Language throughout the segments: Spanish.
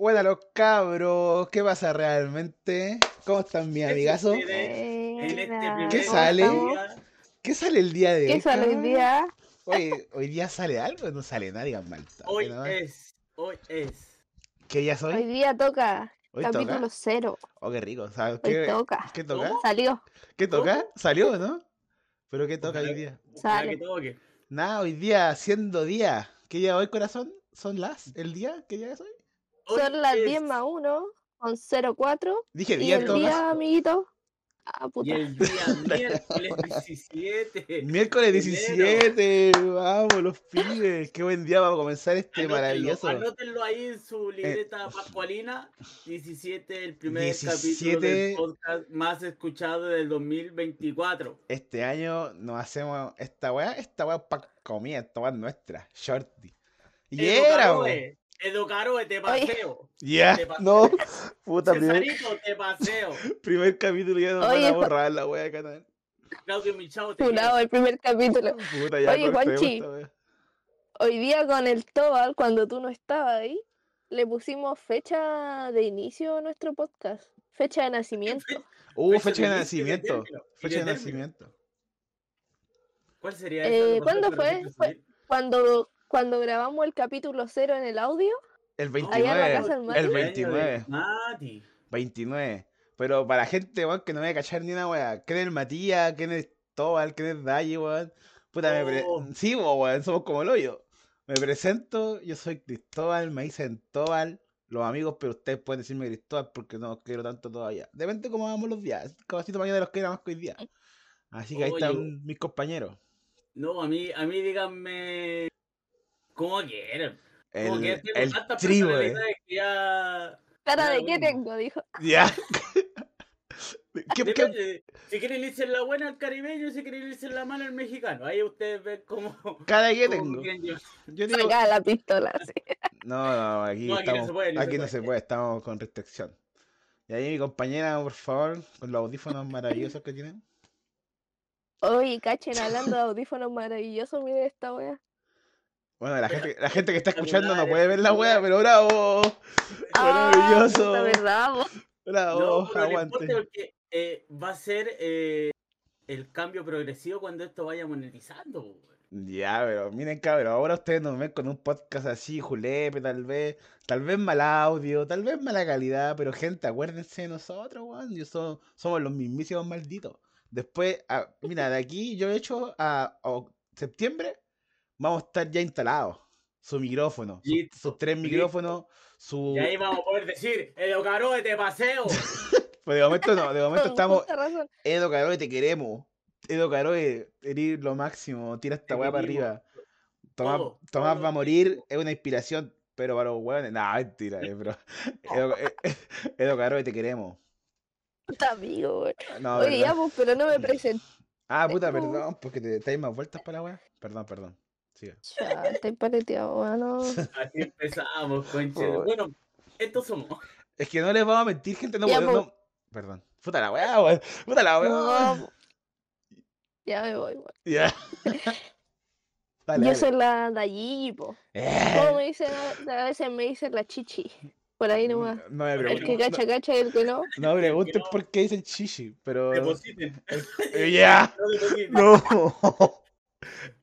Hola los cabros, ¿qué pasa realmente? ¿Cómo están mi amigazo? este ¿Qué sale? ¿Qué sale el día de hoy? ¿Qué sale hoy cabrón? día? Oye, hoy día sale algo, no sale nada, digan mal. tarde, Hoy eh, ¿no? es, hoy es. ¿Qué día soy? Hoy Hoy, día toca toca. capítulo cero. Oh, qué rico. ¿sabes? Hoy ¿Qué, toca. ¿Qué toca? ¿Cómo? Salió. ¿Qué toca? ¿Cómo? ¿Salió no? ¿Pero qué toca hoy día? Ojalá Sale. que toque. Nada, hoy día, siendo día. ¿Qué día hoy, corazón? ¿Son las? ¿El día? ¿Qué día es hoy? Hoy Son las es. 10 más 1 con 04. Dije Y día en el todo día, caso. amiguito. Ah, puta. Y el día miércoles 17. Miércoles Enero. 17. Vamos, los pibes. Qué buen día para comenzar este Anótenlo, maravilloso. Eh, Anótenlo ahí en su libreta pascualina. 17, el primer 17. capítulo del podcast más escuchado del 2024. Este año nos hacemos esta weá, esta weá para comida, esta weá es nuestra, shorty. Y era, weón. Educaroe, Educaroe, te paseo. Ya, Te pasé. no, puta, primer, Cesarito, te paseo. primer capítulo ya nos van Oye, a Ju- borrar la weá de canal. Claudio Michao, te quiero. Funado el primer capítulo. Puta, ya cortemos Oye, Juanchi. esta weá. Hoy día con el Tobal, cuando tú no estabas ahí, le pusimos fecha de inicio a nuestro podcast. Fecha de nacimiento. Uh, Fecha fecha de de inicio y de nacimiento, término, y fecha de de término. nacimiento. ¿Cuál sería Eh, esa? ¿Lo ¿cuándo pasaste fue? recién? Fue- Cuando, cuando grabamos el capítulo cero en el audio, El Allá en la casa 29, del el Cumpleaños Mati. de 29, Mati. 29. Pero para la gente, weón, que no me va a cachar ni una weá. ¿Quién es el Matías? ¿Quién es Tobal? ¿Quién es Dayi, weón? Puta, me pre- Oh. Sí, po, weón, somos como el hoyo. Me presento, yo soy Cristóbal, me dicen Tobal, los amigos, pero ustedes pueden decirme Cristóbal porque no os quiero tanto todavía. Depende cómo vamos los días. Cabacito mañana los quiera más que hoy día. Así que ahí Oye. están mis compañeros. No, a mí, a mí díganme como quieran. Como El, que tengo el tantas tribu, eh. personalidades que ya- cara Ya, de qué bueno. tengo, dijo. Ya. ¿Qué- qué- Depende, Si quieren irse en la buena al caribeño, si quieren irse en la mala al mexicano. Ahí ustedes ven cómo. Cada día cómo tengo. quieren llevar. Yo digo, Sacaba la pistola. así. No, no, aquí No, aquí no se estamos- puede, no se aquí no puede. se puede, estamos con restricción. Y ahí mi compañera, por favor, con los audífonos maravillosos que tienen. Oye, cachen, hablando de audífonos maravillosos, miren esta wea. Bueno, la gente, la gente que está Está escuchando no brutal, puede ver la wea, brutal. pero bravo. Maravilloso. Ah, La verdad, vos. Bravo, Ah, No, pero no Ah, oh, importa aguante. porque, eh, va a ser eh, el cambio progresivo cuando esto vaya monetizando. güey. Ya, pero miren, cabrón, ahora ustedes nos ven con un podcast así, julepe, tal vez, tal vez mal audio, tal vez mala calidad, pero gente, acuérdense de nosotros, weón, yo so- somos los mismísimos malditos. Después, ah, mira, de aquí yo he hecho a, a oc- septiembre, vamos a estar ya instalados. Su micrófono, sus- Listo, sus tres listo. micrófonos, su... Y ahí vamos a poder decir, el Ocaro de paseo. Pero pues, de momento no, de momento con estamos, justa razón. Edo Caroe, te queremos. Edo Caroe, eres lo máximo, tira esta Te weá para queremos. arriba. Tomás, Todo, Tomás todo va a te morir, queremos. es una inspiración, pero para los hueones. Nah, mentira, eh, pero. Edo, eh, Edo Caroe, te queremos. Puta, amigo, weón. No, Oye, ya, verdad. pues, pero no me presenté. Ah, puta, po. perdón, porque te dais más vueltas para la weá. Perdón, perdón. Siga. Ya, estoy paleteado, mano. Así empezamos, conche. Por- Bueno, estos somos. Es que no les vamos a mentir, gente, no Ya, podemos. po. no- Perdón. Puta la weá, weón. Puta la weá. No, po. Ya me voy, weón. Ya. Dale, Yo dale. soy la Dayi, po. Eh, ¿Cómo me dicen? A a veces me dicen la chichi. Por ahí nomás. No me El pregunten. que cacha, cacha y el que no. No me pregunten no. por qué dicen chichi, pero. Depositen. Eh, Ya. No depositen. No.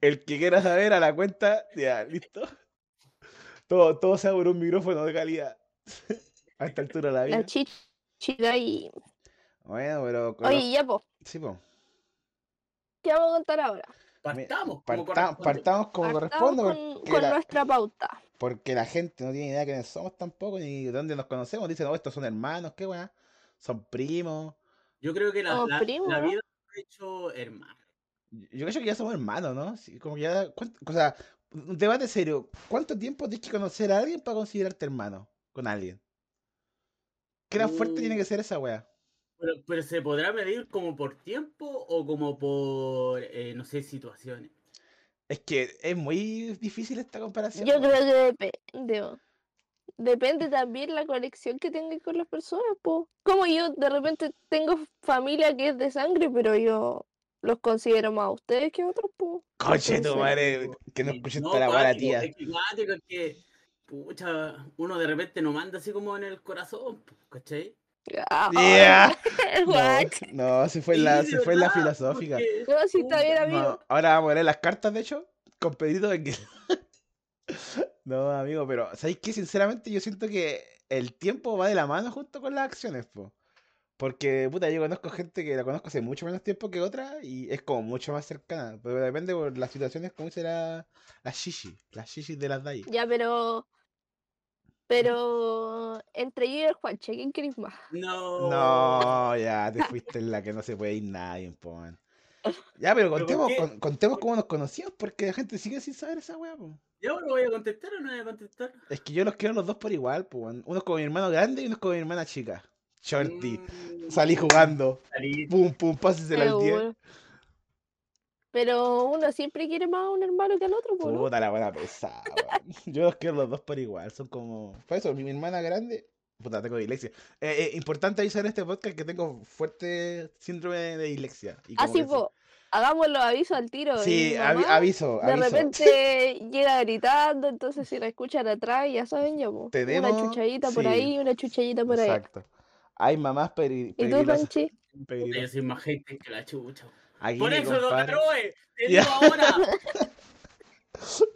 El que quiera saber a la cuenta, ya, listo. Todo, todo sea por un micrófono de calidad. A esta altura de la vida. La chichi Dayi. Bueno, pero. con Oye, ya, po. los- sí, po. ¿Qué vamos a contar ahora? Partamos. como Parta- corresponde. partamos como Partamos corresponde, con, porque, con la, nuestra pauta. porque la gente no tiene idea de quiénes somos tampoco, ni de dónde nos conocemos. Dicen, oh, estos son hermanos, qué weá. Son primos. Yo creo que la, Somos la, primos, la ¿no? vida nos ha hecho hermano. Yo yo creo que ya somos hermanos, ¿no? Sí, como que ya. ¿cuánto- o sea, un debate serio. ¿Cuánto tiempo tienes que conocer a alguien para considerarte hermano con alguien? ¿Qué tan fuerte tiene Mm. Uh. que ser esa wea? Pero, pero se podrá medir como por tiempo o como por, eh, no sé, situaciones. Es que es muy difícil esta comparación. Yo weón. creo que depende. bo. Depende también la conexión que tengas con las personas, po. Como yo de repente tengo familia que es de sangre, pero yo los considero más a ustedes que a otros, po. Conche tu entonces- madre, que no Sí, escuches Eh, no, toda la wea, la cuático, tía. Es que, cuático, es que pucha, uno de repente no manda así como en el corazón, po, ¿cachai? Ah, Yeah. what? No, no, se fue Pues Sí, la, de se fue la verdad, filosófica. porque- No, sí, está bien, amigo. No, ahora vamos a leer las cartas, de hecho, con Pedrito de que. no, amigo, pero ¿sabéis qué? Sinceramente, yo siento que el tiempo va de la mano junto con las acciones, po. Porque, puta, yo conozco gente que la conozco hace mucho menos tiempo que otra y es como mucho más cercana. Pero depende por las situaciones, como dice la, la shishi, la shishi de las DAI. Ya, pero. Pero. Entre yo y el Juanche, ¿quién querés más? No. No, ya te fuiste en la que no se puede ir nadie, po, man. Ya, pero ¿Pero por contemos, qué? con- contemos cómo nos conocimos, porque la gente sigue sin saber esa weá, po. ¿Yo lo voy a contestar o no voy a contestar? Es que yo los quiero los dos por igual, pues. weón. Uno es como mi hermano grande y uno es como mi hermana chica. Shorty. Mm, Salí jugando. salí. Pum, pum, pásesela al 10. Seguro. Pero uno siempre quiere más a un hermano que al otro, po, ¿no? Puta la buena pesada, weón. Yo los quiero los dos por igual. Son como. Por eso, mi mi hermana grande. Puta, tengo dislexia. Eh, eh, importante avisar en este podcast que tengo fuerte síndrome de dislexia. Y como Así, que se- Ah, po. Hagamos los avisos al tiro. y Sí, mi avi- mamá aviso, De aviso. repente llega gritando, entonces si la escuchan atrás, ya saben, ya, po. Tenemos- Una chuchadita por sí. ahí, una chuchadita por ahí. Exacto. Hay mamás peri- ¿Y tú, peligrosas. Juanche? Puta, Yo peligrosas. soy más gente que la chucha. Aquí Por mi eso, don compadre- Arroe, te Ya. digo ahora.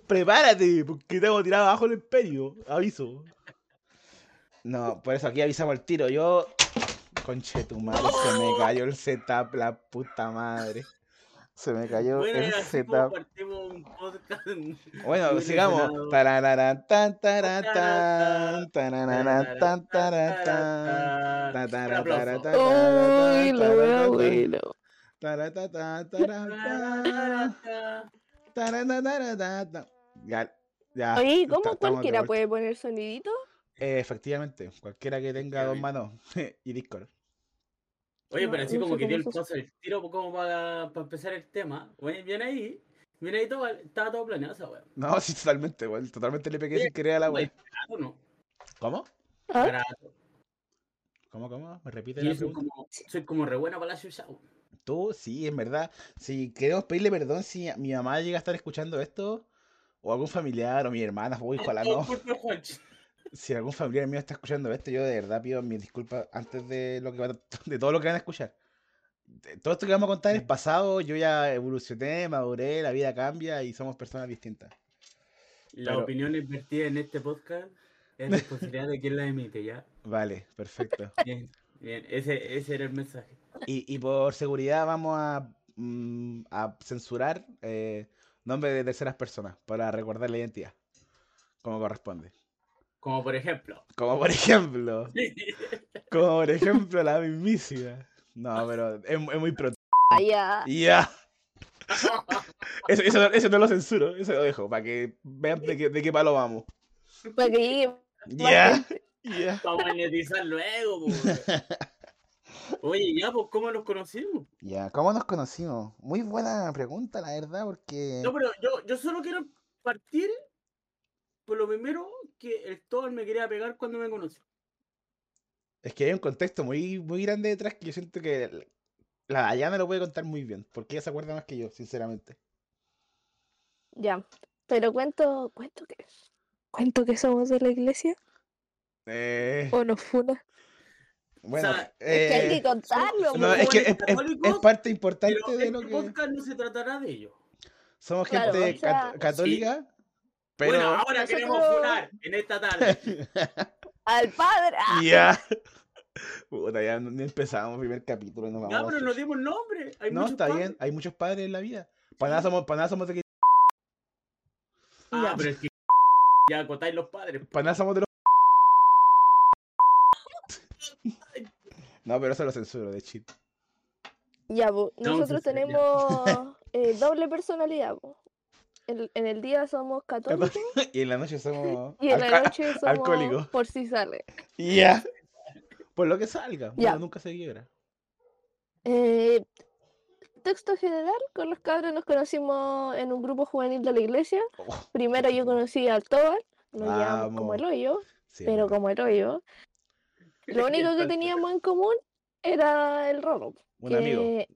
Prepárate, porque te hemos tirado abajo el imperio. Aviso. No, por eso aquí avisamos al tiro. Yo. Conche tu madre, se me cayó el setup, la puta madre. Se me cayó Bueno, el y así como setup. partimos un podcast. Bueno, muy sigamos. relacionado. Tarararán, tan, tarán, tan, tarararán, tan, tarán, tan, tatarán, Ta, ta, ta, tarán, aplauso. tan, Uy, tarán, la tarán, wea, tan, bueno. tarán, tan, tarán, tarán, tan. Tarararararara. Ya, ya. Oye, ¿y Ah, está- ¿cómo estamos de cualquiera vuelta. puede poner sonidito? Eh, efectivamente, cualquiera que tenga dos manos y Discord. Oye, No, pero así no como sé que dio el cómo se paso el tiro pues, como para, para empezar el tema. Bueno, bien ahí. Bien ahí todo, estaba todo planeado esa weá. No, sí, totalmente, weón. Totalmente le pegué Oye, sin querer a la web. Barato, ¿no? ¿Cómo? ¿Ah? Barato. ¿Cómo, cómo? ¿Me repite la Yo soy pregunta? como, soy como re buena para la chucha. weón. Tú, sí, en verdad. Si queremos pedirle perdón si a- mi mamá llega a estar escuchando esto, o algún familiar, o mi hermana, uy, ojalá Todo no. culpa de Juancho. Si algún familiar mío está escuchando esto, yo de verdad pido mis disculpas antes de lo que va- de todo lo que van a escuchar. De- Todo esto que vamos a contar es pasado, yo ya evolucioné, maduré, la vida cambia y somos personas distintas. La Pero- opinión invertida en este podcast es responsabilidad de quien la emite, ¿ya? Vale, perfecto. Bien, bien. Ese, ese era el mensaje. Y, y por seguridad vamos a, mm, a censurar eh, nombres de terceras personas para recordar la identidad, como corresponde. Como por ejemplo. Como por ejemplo, como por ejemplo la mismísima. No, pero es, es muy pronto. Ah, ya. Y Ya. Eso, eso, no- eso no lo censuro, eso lo dejo, para que vean de qué, de qué palo vamos. Para que llegue. Ya. Ya. Para monetizar luego, po, weón. Oye, ya, pues, ¿cómo nos conocimos? Ya, ¿cómo nos conocimos? Muy buena pregunta, la verdad, porque... No, pero yo, yo solo quiero partir por lo primero que el Thor me quería pegar cuando me conoció. Es que hay un contexto muy, muy grande detrás que yo siento que l- la Dayana lo puede contar muy bien, porque ella se acuerda más que yo, sinceramente. Ya. Pero cuento, cuento que. Cuento que somos de la iglesia. Eh, O nos funa. bueno, sea, Es que hay eh, que contarlo, no, somos es que es, es- jóvenes es católicos, parte Pero importante de este lo que podcast no se tratará de ello. somos Claro, gente o sea- cat- católica, pero Bueno, ahora queremos Nosotros- funar en esta tarde. Al padre. ¡Ah! ya. Puta, ya no- ni empezamos el primer capítulo y nos Ya, vamos. pero nos dimos nombre. Hay no, muchos está padres. bien, hay muchos padres en la vida. Para nada somos, para nada somos de que- Ah, Ya. pero es que ya acotáis los padres. para nada somos de los No, pero eso lo censuro de chiste. Ya, po, No, nosotros sí, sí, ya. tenemos eh, doble personalidad. po. En, en el día somos católicos Y en la noche somos y en la alca- noche somos alcohólicos. por si sale. Ya. Por lo que salga. Ya. uno nunca se quiebra. Eh, texto general, con los cabros nos conocimos en un grupo juvenil de la iglesia. Oh, Primero yo Ujú. conocí al Tobal, nos llevamos como Vamos. el hoyo, sí, pues. pero verdad. como el hoyo. Lo único que Entonces, teníamos en común era el rolo. Un amigo. que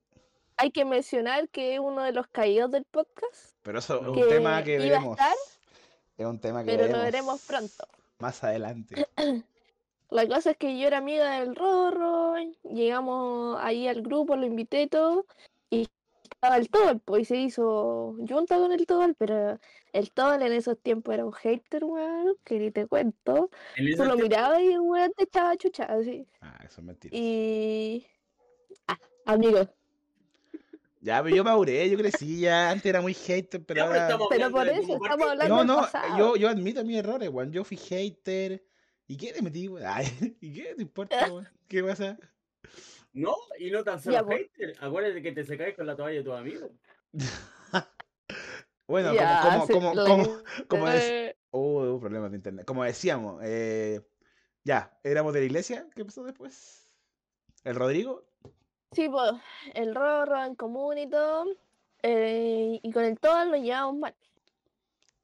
Hay que mencionar que es uno de los caídos del podcast, Pero eso es que un tema que iba a veremos. estar, Es un tema que pero lo veremos. veremos pronto. Más adelante. La cosa es que yo era amiga del Rorro, llegamos ahí al grupo, lo invité y todo, y estaba el Tobal, pues, y se hizo junta con el Tobal, pero el Tobal en esos tiempos era un hater, weón, que ni te cuento. En Tú esos lo tiempos- mirabas y el weón te estaba chuchado, así. Ah, eso es mentira. Y... Ah, amigos, Ya, pero yo mauré, yo crecí ya. Antes era muy hater, pero Ya, pero ahora. estamos pero hablando por de eso como estamos parte- pues, hablando No, del no, pasado. yo, yo admito mis errores, weón. Yo fui hater. ¿Y qué te metí, weón? Ay, ¿Y qué te importa, weón? ¿Qué pasa? No, y no tan Ya, solo pues. hater. Acuérdate que te secáis con la toalla de tus amigos. Bueno, como- Ya, como, se- como, la como, que- como es- eh, Oh, problemas de internet. Como decíamos, eh, ya, éramos de la iglesia. ¿Qué pasó después? ¿El Rodrigo? Sí, pues, el Rorro en común y todo. eh, y con el Tobal nos llevamos mal.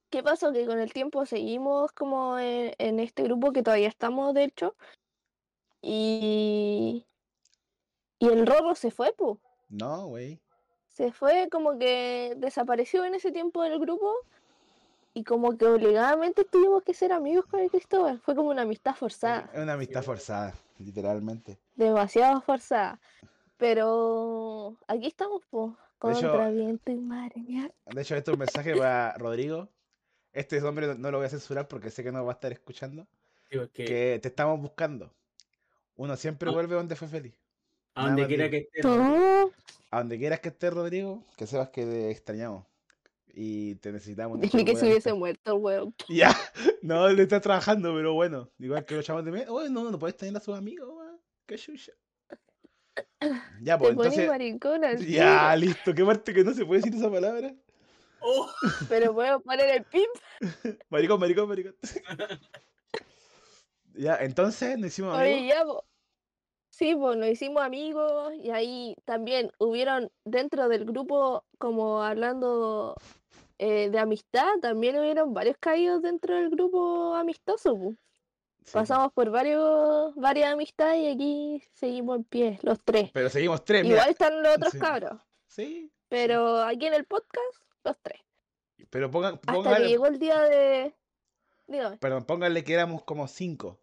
¿Qué pasó? Que con el tiempo seguimos como en, en este grupo que todavía estamos, de hecho. Y. Y el Rorro se fue, pues. No, güey. Se fue como que desapareció en ese tiempo del grupo. Y como que obligadamente tuvimos que ser amigos con el Cristóbal. Fue como una amistad forzada. Es una amistad forzada, literalmente. demasiado forzada. Pero aquí estamos, po, De hecho- contra viento y marea. De hecho, este es un mensaje para Rodrigo. Este hombre no- no lo voy a censurar porque sé que no va a estar escuchando. Digo, es que Que te estamos buscando. Uno siempre Ah. vuelve donde fue feliz. a donde nada, quiera digo. que estés. No, A donde quieras que estés, Rodrigo, que sepas que te extrañamos. Y te necesitamos. dije que si se hubiese muerto el weón. Ya, no, le está trabajando, pero bueno. Igual que los chavos de medio. Oye, no, no puedes tener a sus amigos, weón. Qué chucha. Ya, pues Te pones entonces. maricón al Ya, listo. Qué parte que no se puede decir esa palabra. Oh, tiro, Pero puedo poner el pip. Maricón, maricón, maricón. ya, entonces nos hicimos Oye, amigos. ya, po. Sí, pues nos hicimos amigos y ahí también hubieron dentro del grupo, como hablando eh, de amistad, también hubieron varios caídos dentro del grupo amistoso. po. Sí, pues. Pasamos por varios, varias amistades y aquí seguimos en pie, los tres. Pero seguimos tres, mira. Igual están los otros sí. cabros, Sí, pero aquí en el podcast, los tres. pero pongan, Hasta que póngale- llegó el día de. Dígame. perdón, pónganle que éramos como cinco,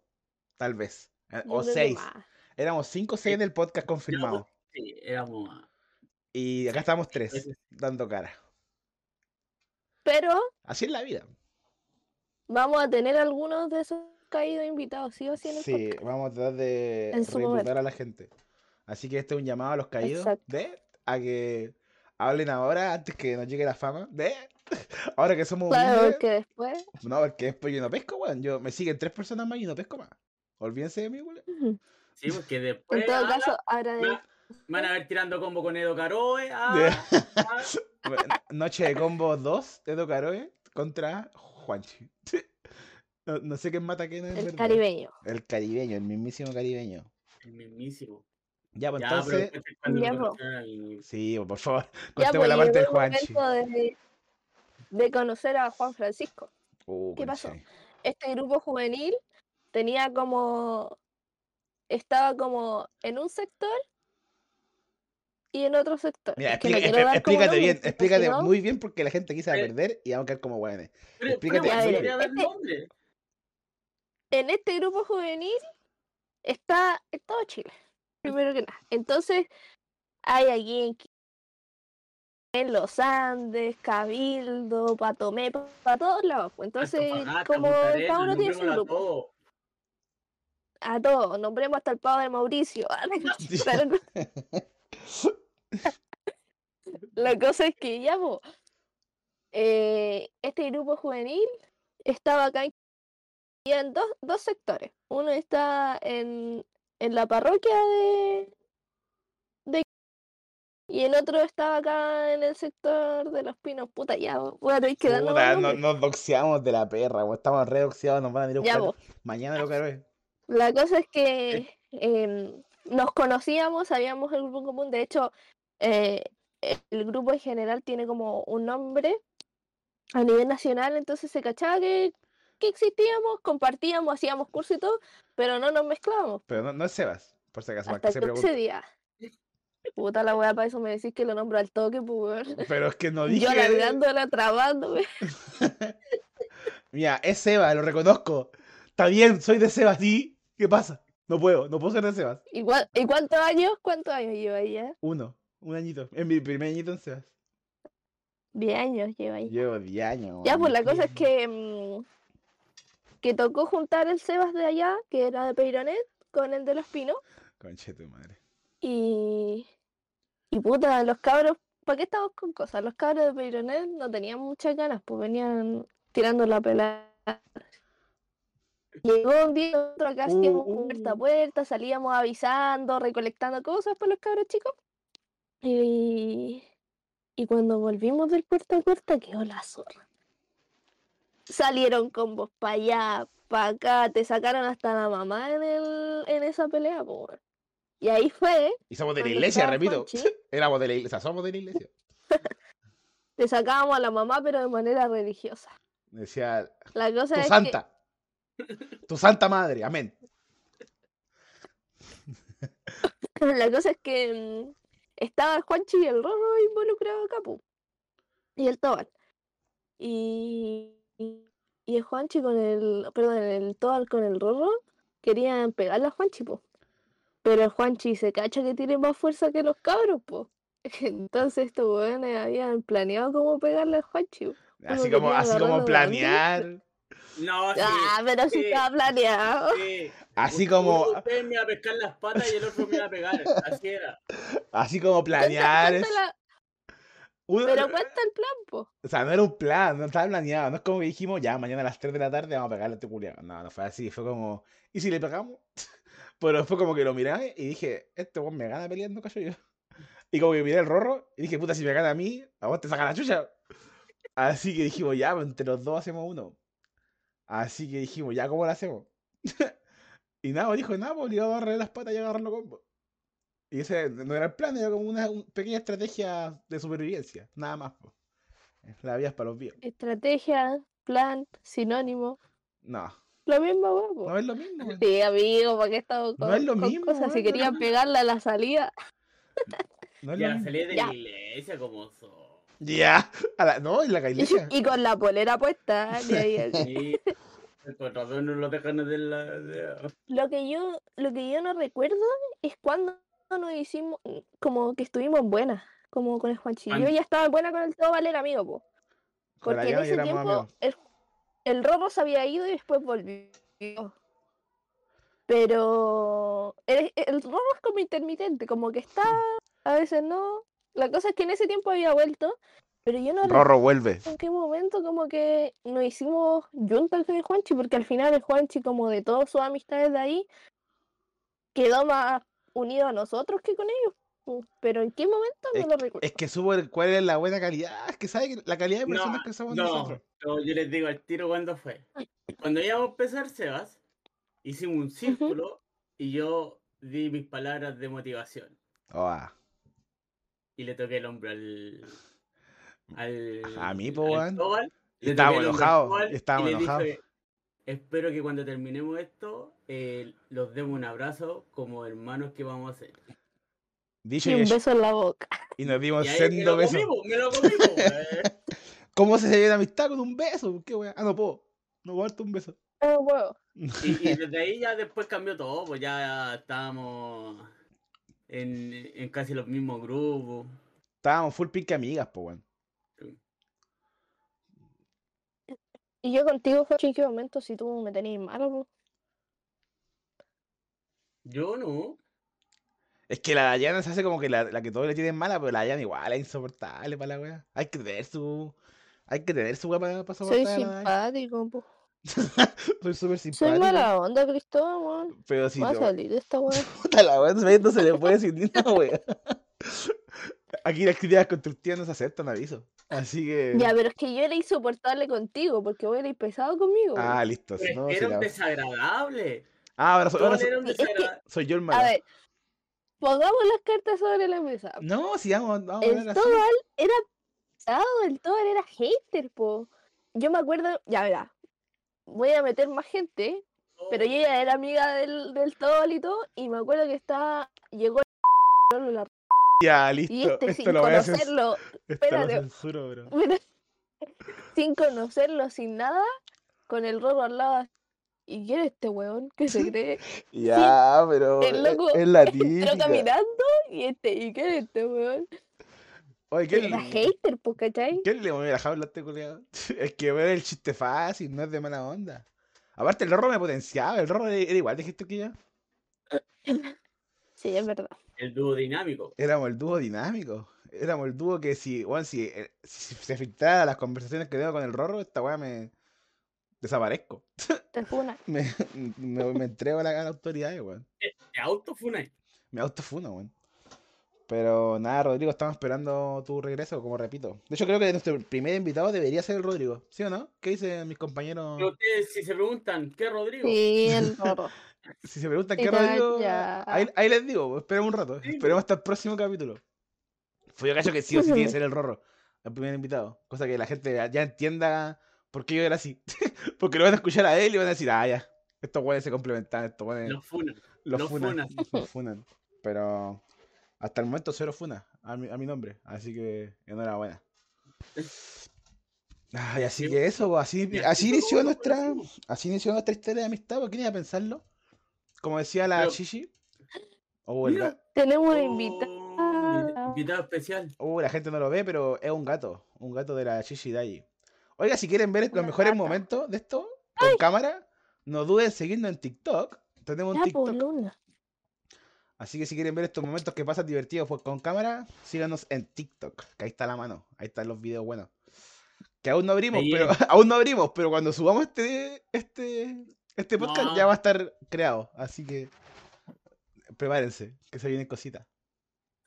tal vez. eh, yo O creo que seis. más. Éramos cinco o seis del podcast confirmado. sí, éramos más. Y acá estamos tres, Eso dando cara. Pero Así es la vida. vamos a tener algunos de esos caídos invitados, sí o sí, en el Sí, podcast. vamos a tratar de En su reclutar a la gente. Así que este es un llamado a los caídos Exacto. de a que hablen ahora antes que nos llegue la fama. De ahora que somos Claro, humildes. porque después. No, porque después yo no pesco, weón. Yo me siguen tres personas más y no pesco más. Olvídense de mí, weón. ujú. Sí, porque después En todo ah, caso, me, agradezco. me van a ver tirando combo con Edo Caroe. ah, ah. Bueno, Noche de combo 2 de Docaroe contra Juanchi. No, no sé quién mata a quién en El verdad. caribeño. El caribeño, el mismísimo caribeño. El mismísimo. Ya, pues Ya, pero entonces. después cuando Ya, lo po. conocieron al- Sí, por favor. Ya, Contemos pues, la parte del llegó el Juanchi. momento de, de conocer a Juan Francisco. Oh, ¿Qué pasó? conchai. este grupo juvenil tenía como estaba como en un sector y en otro sector. Mira, Es que no explica- quiero espe- dar como explícate bien, nombres, porque si explícate no- muy bien porque la gente aquí se va a Eh. perder y vamos a quedar como guanes. Pero- Explícate, pero, muy ¿podría dar bien. nombre? En este grupo juvenil está en todo Chile, primero que nada. Entonces, hay aquí en, Qui- en los Andes, Cabildo, Patomé, para todos lados. pues. Entonces, Antofagasta, como Punta cada Arenas, uno tiene su nombrémoslo a grupo. todos. a todos, nombremos hasta el pavo de Mauricio. Pero no- La cosa es que ya, po, eh, este grupo juvenil estaba acá en, y en dos, dos sectores. Uno está en, en la parroquia de, de... Y el otro estaba acá en el sector de los pinos. Puta, ya, bueno, hay que darnos Puta, los no- nombres. nos doxeamos de la perra, weón. Estamos re doxeados, nos van a venir a Ya, buscar mañana lo caro. La cosa es que em, nos conocíamos, sabíamos el grupo en común. De hecho, eh, e- el grupo en general tiene como un nombre a nivel nacional, entonces se cachaba que, que existíamos, compartíamos, hacíamos cursos y todo, pero no nos mezclábamos. Pero no, no es Sebas, por si acaso, para que Hasta se que pregunte. accedía. Puta la weá, para eso me decís que lo nombro al toque, pues weón. Pero es que no dije. Yo largándola, trabándome. Mira, es Seba, lo reconozco. Está bien, soy de Sebas, ¿y qué pasa? No puedo, no puedo ser de Sebas. ¿Y, cua- y cuántos años? ¿Cuántos años lleva ahí ya? Uno, un añito. Es mi primer añito en Sebas. Diez años lleva ahí. Llevo 10 años. Ya, weón, pues la mentira. cosa es que. mm, que tocó juntar el Sebas de allá, que era de Peironet, con el de los Pinos. Conche tu madre. Y. Y puta, los cabros. ¿Para qué estamos con cosas? Los cabros de Peironet no tenían muchas ganas, pues venían tirando la pelada. Llegó un día nosotros acá hacíamos Uh, puerta a uh. puerta, salíamos avisando, recolectando cosas para los cabros chicos. Y. Y cuando volvimos del puerta a puerta quedó la zorra. Salieron combos para allá, para acá, te sacaron hasta la mamá en, el, en esa pelea, po, weón. Y ahí fue, Y somos de la Cuando iglesia, estaba repito. Juanchi. Éramos de la iglesia, o sea, somos de la iglesia. te sacábamos a la mamá, pero de manera religiosa. Decía, La cosa tu es santa. Tu santa madre, amén. que, la cosa es que mm, estaba el Juanchi y el Rorro involucrado acá, po, Y el Tobal. Y, y, y el Juanchi con el, perdón, el Tobal con el Rorro querían pegarle a Juanchi, po. Pero el Juanchi se cacha que tiene más fuerza que los cabros, po. Entonces estos weones habían planeado cómo pegarle al Juanchi, po. Así Como como, quería así como agarrarlo de bandera. planear. No, sí. Ah, pero sí sí. estaba planeado. sí. Así Uno- como- uno de ustedes me iba a pescar las patas y el otro me iba a pegar. Así era. Así como Cuenta- planear. cuenta es- la- uno- pero cuenta el plan, po. O sea, no era un plan, no estaba planeado. No es como que dijimos, ya, mañana a las 3 de la tarde vamos a pegarle a este culiao. No, no fue así. Fue como, ¿y si le pegamos? Pero fue como que lo miré y dije, este weón me gana peleando, cacho yo. Y como que miré el rorro y dije, puta, si me gana a mí, a vos te saca la chucha. Así que dijimos, ya, pues, entre los dos hacemos uno. Así que dijimos, ya, ¿cómo lo hacemos? y nada, pues, dijo, nada, pues, le iba a agarrar las patas y agarrarlo combo. Y ese no era el plan, era como una un- pequeña estrategia de supervivencia, nada más. po. La vías para los bien. Estrategia, plan, sinónimo. No, La misma huevo. no es lo mismo. weón. Sí, amigo, ¿para qué estamos No con, es lo con mismo, cosas? weón, no Si es lo querían mismo. pegarla a la salida. No es lo Ya mismo. salí de Ya. la iglesia como son. Ya, a la- no, en la Y, iglesia. y con la polera puesta. de ahí a- Sí. Con razón no lo dejan de la. de- Lo que yo, lo que yo no recuerdo es cuando nos hicimos, como que estuvimos en buena, como con el Juanchillo. Yo Cuando- ya estaba en buena con el todo valer amigo, po. Con la Porque en llave ese éramos tiempo amigos. el, el robo se había ido y después volvió. Pero el, el robo es como intermitente, como que está, a veces no. La cosa es que en ese tiempo había vuelto, pero yo no recuerdo Rorro vuelve. en qué momento como que nos hicimos juntas con el Juanchi, porque al final el Juanchi, como de todas sus amistades de ahí, quedó más unido a nosotros que con ellos. po. Pero en qué momento no lo recuerdo. Es que supo el- cuál es la buena calidad. Es que sabe que la calidad de No, personas que somos No, nosotros. no, yo les digo al tiro cuando fue. Cuando íbamos a empezar, Sebas, hicimos un círculo y yo di mis palabras de motivación. Oh, ah, Y le toqué el hombro al. al A mí, po, al weón. Tobal, Y estábamos le toqué el hombro al enojados, Tobal y estábamos le dije, enojados. Espero que cuando terminemos esto, eh, los demos un abrazo como hermanos que vamos a hacer. Dicho Y y, un hecho, beso en la boca. y nos dimos Y ahí me sendo lo besos. comimos, me lo comimos. eh. ¿Cómo se se ve la amistad con un beso? ¿Qué wea? Ah, no puedo. No puedo darte un beso. Ah, huevo. Y, y desde ahí ya después cambió todo, pues ya estábamos en, en casi los mismos grupos. Estábamos full pink amigas, po, weón. Y yo contigo, Jochi, ¿en qué momento si tú me tenías malo? po? Yo no. Es que la Dayana se hace como que la, la que todos le tienen mala, pero la Dayana igual es insoportable para la wea. Hay que tener su. Hay que tener su wea para, soportar a Soy la Dayan. simpático, po. Soy súper Soy simpático. mala onda, Cristóbal, weón. Pero si Voy a no, salir de esta weón. puta la wea, no se le puede decir ni una wea. Aquí las críticas constructivas no se aceptan, aviso. Así que. Ya, pero es que yo era insoportable contigo, porque vos eras pesado conmigo. po. Ah, listo. si Pero no, es que si era un la- desagradable. Ah, ahora soy, Todo ahora era soy, un Es que- desagradable. soy yo el A malo. ver, pongamos las cartas sobre la mesa. No, si vamos, vamos a El hablar así. Tobal era pesado, el Tobal era hater, po. Yo me acuerdo, ya verá, voy a meter más gente, pero yo ya era amiga del, del Tobal y todo, y me acuerdo que estaba, llegó el la Ya, Y listo. este esto sin lo voy a cens- conocerlo, Esto lo espérate. censuro, bro. mira, sin conocerlo, sin nada, con el robo al lado, ¿y quién es este weón que se cree? Ya, pero el es- loco- es la Pero típica. caminando, ¿y, este, ¿y quién es este weón? Oye, ¿quién, Era hater, pues, ¿cachai? quién le movió la jaula a este culiado? Es que ver el chiste fácil, no es de mala onda. Aparte, el rorro me potenciaba, el rorro era era igual de gesto que yo. Sí, es verdad. El dúo dinámico. Éramos el dúo dinámico. Éramos el dúo que si, bueno, si, eh, si se filtrara las conversaciones que tengo con el rorro, esta weá me desaparezco. Te funa. Me, me, me entrego a la, a las autoridades, weón. Te Ah. autofunai. Me autofuno, weón. Pero nada, Rodrigo, estamos esperando tu regreso, como repito. De hecho, creo que nuestro primer invitado debería ser el Rodrigo, ¿sí o no? ¿Qué dicen mis compañeros? Pero ustedes, si se preguntan, ¿qué Rodrigo? Sí, el rorro. Si se preguntan Sí, qué ya, Rodrigo, ya. ahí, ahí les digo, pues, esperemos un rato, Sí. esperemos hasta el próximo capítulo. Fue yo cacho que sí o sí tiene que ser el Rorro, el primer invitado. Cosa que la gente ya, ya entienda por qué yo era así. Porque lo van a escuchar a él y van a decir, ah, ya, estos güeyes se complementan, estos güeyes Los funan. los, los funan. Los funan. Pero hasta el momento cero funas a mi, a mi nombre, así que enhorabuena. Ay, así Sí, que eso, pues, así, Y así fue inició como nos nuestra... conocimos. Así inició nuestra historia de amistad, ¿por qué ni a pensarlo? Como decía la Pero- Chichi. Oh, el Mira. ga- Tenemos una invitada. Oh, invi- Invitado especial. oh, la gente no lo ve, pero es un gato. Un gato de la Chichi Dayi. Oiga, si quieren ver los Una mejores gata. momentos de esto, con cámara, no duden en seguirnos en TikTok. Tenemos Oh, un Ya, pues, TikTok. Luna. Así que si quieren ver estos momentos que pasan divertidos por- con cámara, síganos en TikTok. Que ahí está la mano. Ahí están los videos buenos. Que aún no abrimos, Ahí pero aún no abrimos, pero cuando subamos este este este podcast ya No. va a estar creado, así que prepárense, que se vienen cositas.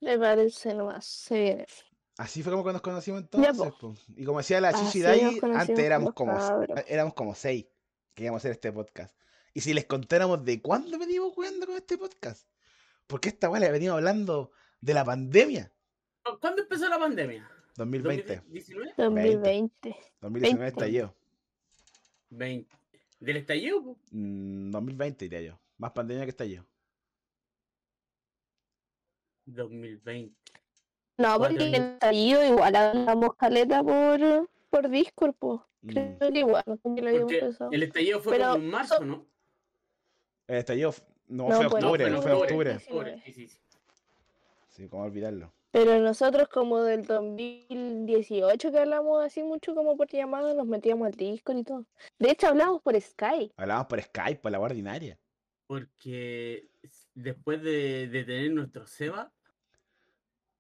Prepárense nomás, se viene. Así fue como nos conocimos Ya, entonces. po. Y como decía la Así Chichi nos Dai, conocimos antes con éramos los como, cabros. éramos como seis que íbamos a hacer este podcast. Y si les contáramos de cuándo venimos jugando con este podcast. Porque esta weá le venimos hablando de la pandemia ¿Cuándo empezó la pandemia? 2020, ¿2019? 2020. 2019 20. estalló. 20. ¿Del estallido? pues. po? Mm, 2020 diría yo. Más pandemia que estalló. 2020. No, Cuatro porque el años. estallido igual hablamos caleta por, por Discord, pues. Creo Mm. que igual, no sé si lo habíamos Porque pensado. el estallido fue Pero como en marzo, ¿no? El estallido eh, f- no, No, fue pues, octubre, fue no, fue octubre. octubre. Octubre, sí, sí, sí. Sí, cómo olvidarlo. Pero nosotros como del 2018 que hablamos así mucho como por llamada, nos metíamos al Discord y todo. De hecho hablamos por Skype. Hablábamos por Skype, por la guardia ordinaria. Porque s- después de, de tener nuestro Seba,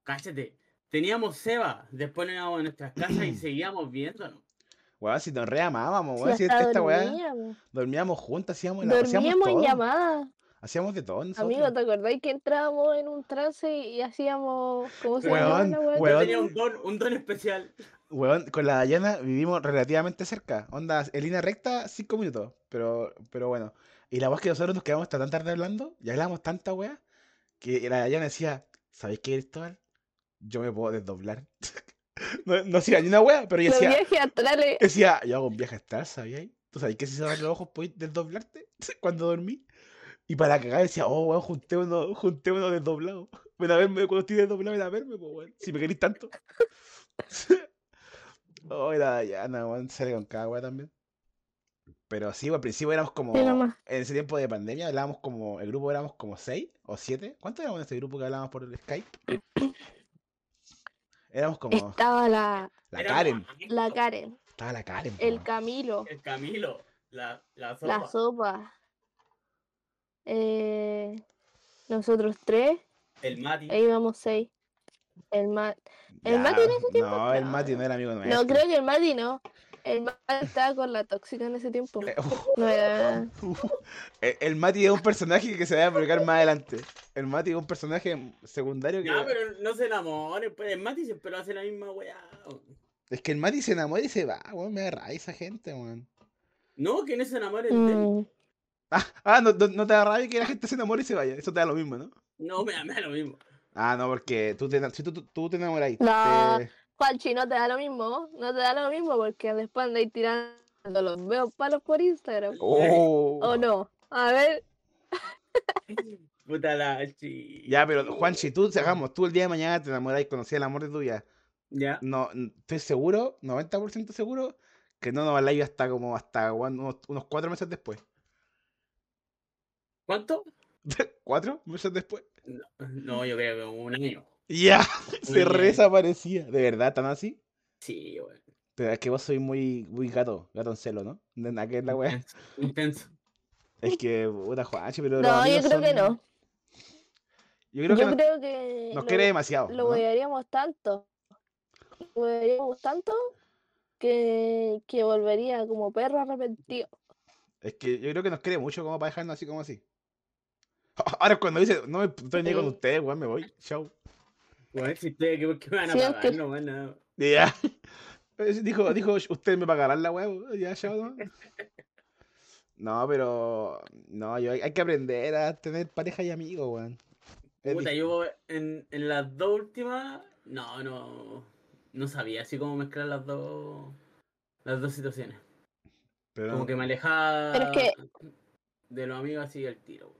cállate, teníamos Seba, después nos íbamos a nuestras casas y seguíamos viéndonos. Weón, si nos reamábamos, si weón, si esta, hasta esta weá dormíamos. dormíamos juntas, hacíamos la hacíamos Dormíamos en todo. llamada. Hacíamos de todo nosotros. Amigo, ¿te acordáis que entrábamos en un trance y hacíamos... ¿Cómo se llamaba Weón, la weá? Yo Weón. tenía un don, un don especial. Weón, con la Dayana vivimos relativamente cerca. Onda, en línea recta, cinco minutos. Pero, pero bueno. Y la voz que nosotros nos quedamos hasta tan tarde hablando, y hablábamos tanta weá, que la Dayana decía, ¿sabéis qué, Cristóbal? Yo me puedo desdoblar. no, no hacía ni una weá, pero yo Los decía, viajes astrales. decía, yo hago un viaje astral, ¿sabías? ¿Tú sabes que si cerrar los ojos podéis desdoblarte cuando dormí? Y para cagar decía, oh, weón, junté uno, junté uno desdoblado. Ven a verme, cuando estoy desdoblado, ven a verme, pues, weón. Si me queréis tanto. oh, la Dayana, weón, sale con cada weón también. Pero sí, weón, al principio éramos como, nomás. en ese tiempo de pandemia hablábamos como, el grupo éramos como seis o siete. ¿Cuántos éramos en ese grupo que hablábamos por el Skype? Éramos como Estaba la, la Éramos Karen, amigos. la Karen, estaba la Karen. po, el weón. Camilo, El Camilo, la, la sopa. la sopa. Eh, nosotros tres El Mati. e íbamos seis. El ma El Ya, Mati en ese tiempo No, el estaba, Mati no ¿no? era amigo No, nuestro. creo que el Mati no. El Mati estaba con la tóxica en ese tiempo. Eh, uf, No era- uf. El, el Mati es un personaje que se va a publicar más adelante. El Mati es un personaje secundario que. No, pero no se enamoren, pues el Mati siempre lo hace la misma weá. Es que el Mati se enamora y se va, weón. Me da rabia esa gente, weón. No, que no se enamoren de él. Mm, Ah, ah, no, no- no te da rabia que la gente se enamore y se vaya. Eso te da lo mismo, ¿no? No, me da, me da lo mismo. Ah, no, porque tú te, ena- si tú, tú- tú te enamoras. No. te- Juanchi, no te da lo mismo, no te da lo mismo porque después andáis tirando los veo palos por Instagram. Oh. ¿O no? A ver, Puta la chi. Ya, pero Juanchi, tú, hagamos, tú el día de mañana te enamoras y conocí el amor de tu vida. Ya. No, n- estoy seguro, 90% seguro, que no nos habláis hasta como hasta weón, unos, unos cuatro meses después. ¿Cuánto? ¿Cuatro meses después? No, yo creo que como un año. Ya, se Oye. redesaparecía. ¿De verdad tan así? Sí, weón. Pero es que vos sois muy, muy gato, gato en celo, ¿no? De nada que es la wea. Intenso. intenso. Es que, puta Juanchi, pero. los No, yo amigos creo que son- no. Yo creo que yo no- creo que nos lo- quiere demasiado. lo ¿no? huevearíamos tanto. Lo huevearíamos tanto que, que volvería como perro arrepentido. Es que yo creo que nos quiere mucho como para dejarnos así como así. Ahora cuando dice, no me estoy ni con Sí. ustedes, weón, me voy. Chau. Weón, si estoy aquí, ¿por qué me van a Sí, es pagar? que- No, weón, no. Y ya. Es- Pues Dijo, dijo, ustedes me pagarán la huevo. Ya, chao, ¿no? No, pero. No, yo hay, hay que aprender a tener pareja y amigos, weón. Es Puta, dif- yo en, en las dos últimas, no, no, no sabía así cómo mezclar las dos, las dos situaciones. pero Como que me alejaba Pero es que- de los amigos así al tiro.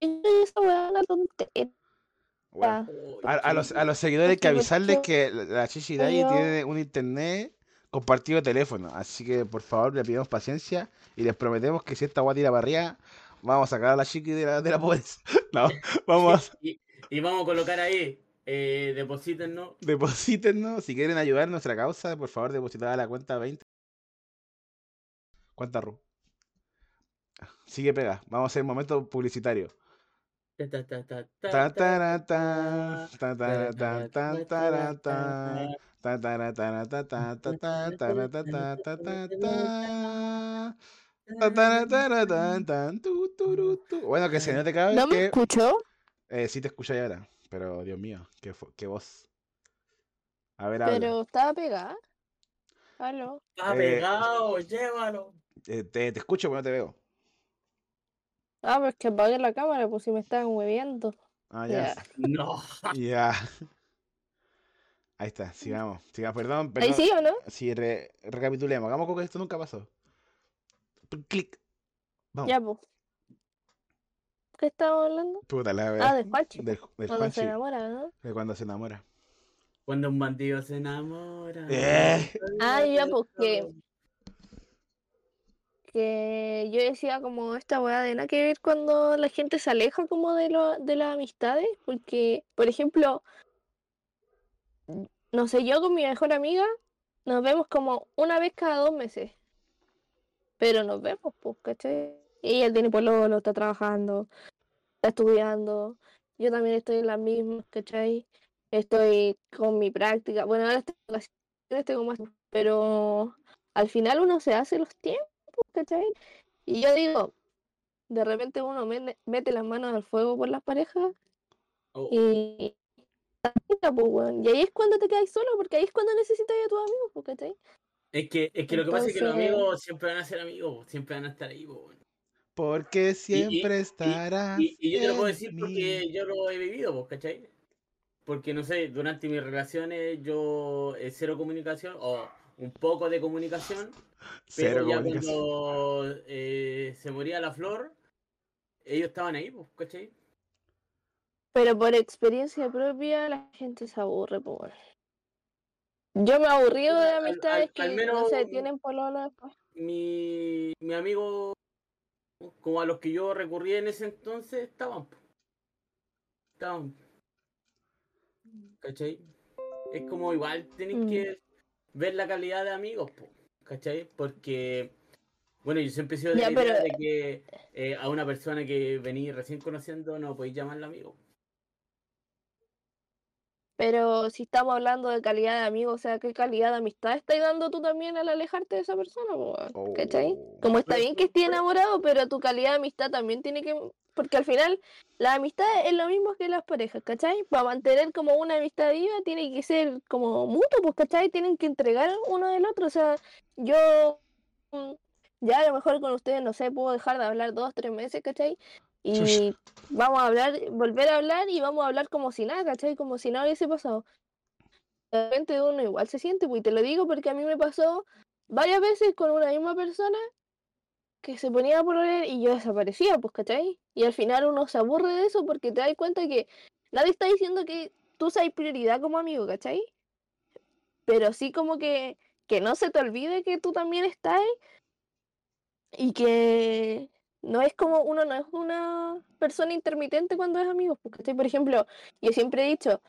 Esa weá es una tontería. weón. weón. A, a los, a los Es seguidores hay que que por avisarles qué- que la- la Chichi Dai yo- tiene un internet compartido de teléfono. Así que por favor le pedimos paciencia y les prometemos que si esta guay tira para arriba, vamos a sacar a la Chiqui de la, de la pobreza. No, vamos, Y, y vamos a colocar ahí, eh, deposítennos. deposítennos. Si quieren ayudar en nuestra causa, por favor depositar a la cuenta 20. Cuenta Ru. Sigue pega. Vamos a hacer un momento publicitario. Ta, ta, ta, ta, Tan, ta, ta, taran, tan, tan, ta, taran, tan, tan, taran, tan. Ta, ta, ra, ta, ra, ta, ta, ta, ta, ta, ra, ta, ta, ta, ta, ta. Ta, ta, ra, ta, ra, tan, tan, tu, tu, ru, tu. Bueno, que se note cada vez ¿No me que escuchó? eh, sí te escucho ya ahora, pero Dios mío, qué, fu- qué voz. A ver, habla. Pero estaba pegada. Aló. Está Eh, pegado, llévalo. Eh, te, te escucho, pero no te veo. Ah, pero es que apagué la cámara, pues si me estaban hueviendo. Ah, ya. No, Ya. Ahí está, sigamos. sigamos. Perdón, ¿Ahí perdón. sí o no? Sí, re- recapitulemos. Hagamos como que esto nunca pasó. Clic. Vamos. Ya, pues. ¿Qué estaba hablando? Puta la Ah, wea. de Juanchi. Del, del Cuando se Juanchi, enamora, ¿no? de cuando se enamora. cuando un bandido se enamora. Eh. Ah, ya, pues, que- Que yo decía como esta weá de nada que ver cuando la gente se aleja como de, lo, de las amistades. Porque, por ejemplo, no sé, yo con mi mejor amiga nos vemos como una vez cada dos meses. Pero nos vemos, pues, ¿cachai? Ella tiene pololo, está trabajando, está estudiando. Yo también estoy en las mismas, ¿cachai? Estoy con mi práctica. Bueno, ahora estoy en vacaciones, estoy con más. Pero al final uno se hace los tiempos, ¿cachai? Y yo digo, de repente uno mene- mete las manos al fuego por las parejas Oh. y. puta, po, weón. Y ahí es cuando te quedas solo, porque ahí es cuando necesitas a tus amigos, po, ¿cachai? Es que, es que lo que pasa es que los Entonces- amigos siempre van a ser amigos, po, siempre van a estar ahí. po, weón. Porque siempre estarás. Y, y yo te lo puedo en decir mí. porque yo lo he vivido, po, ¿cachai? Porque no sé, durante mis relaciones yo eh, cero comunicación o un poco de comunicación, pero Cero ya comunicación. cuando eh, se moría la flor, ellos estaban ahí, po, ¿cachai? Pero por experiencia propia la gente se aburre, po. weón. Yo me he aburrido de Al- al- amistades que al no se menos- tienen pololo después. Mi, mi amigo, como a los que yo recurrí en ese entonces, estaban. po. Estaban. ¿Cachai? Es como igual tenéis Mm. que ver la calidad de amigos, po, ¿cachai? Porque, bueno, yo siempre he sido de Ya, la idea pero- de que eh, a una persona que venís recién conociendo no podéis llamarla amigo. Pero si estamos hablando de calidad de amigos, o sea, ¿qué calidad de amistad estás dando tú también al alejarte de esa persona, po, weón? ¿cachai? Oh. Como está Pero- bien que esté enamorado, pero tu calidad de amistad también tiene que... Porque al final la amistad es lo mismo que las parejas, ¿cachai? Para mantener como una amistad viva tiene que ser como mutuo, pues, ¿cachai? Tienen que entregar uno del otro. O sea, yo mm, ya a lo mejor con ustedes, no sé, puedo dejar de hablar dos, tres meses, ¿cachai? Y vamos a hablar, volver a hablar y vamos a hablar como si nada, ¿cachai? Como si nada hubiese pasado. De repente uno igual se siente, pues, y te lo digo porque a mí me pasó varias veces con una misma persona que se ponía a pololear y yo desaparecía, pues, ¿cachai? Y al final uno se aburre de eso porque te das cuenta que nadie está diciendo que tú seas prioridad como amigo, ¿cachai? Pero sí como que, que no se te olvide que tú también estás y que, No es como uno no es una persona intermitente cuando es amigo. Porque estoy, por ejemplo, yo siempre he dicho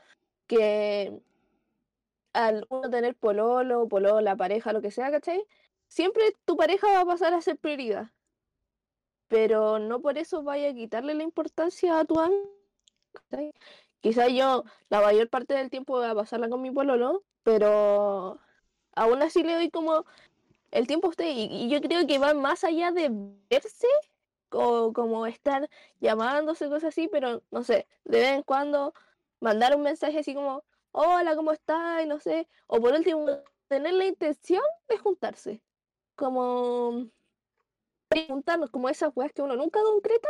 que al uno tener pololo, pololo, la pareja, lo que sea, ¿cachai? Siempre tu pareja va a pasar a ser prioridad. Pero no por eso vaya a quitarle la importancia a tu amigo. ¿cachai? Quizás yo la mayor parte del tiempo voy a pasarla con mi pololo, pero aún así le doy como el tiempo a usted. Y, y yo creo que va más allá de verse o como estar llamándose, cosas así, pero no sé, de vez en cuando mandar un mensaje así como, hola, ¿cómo estás? Y no sé. O por último, tener la intención de juntarse. Como juntarnos, como esas weas que uno nunca concreta,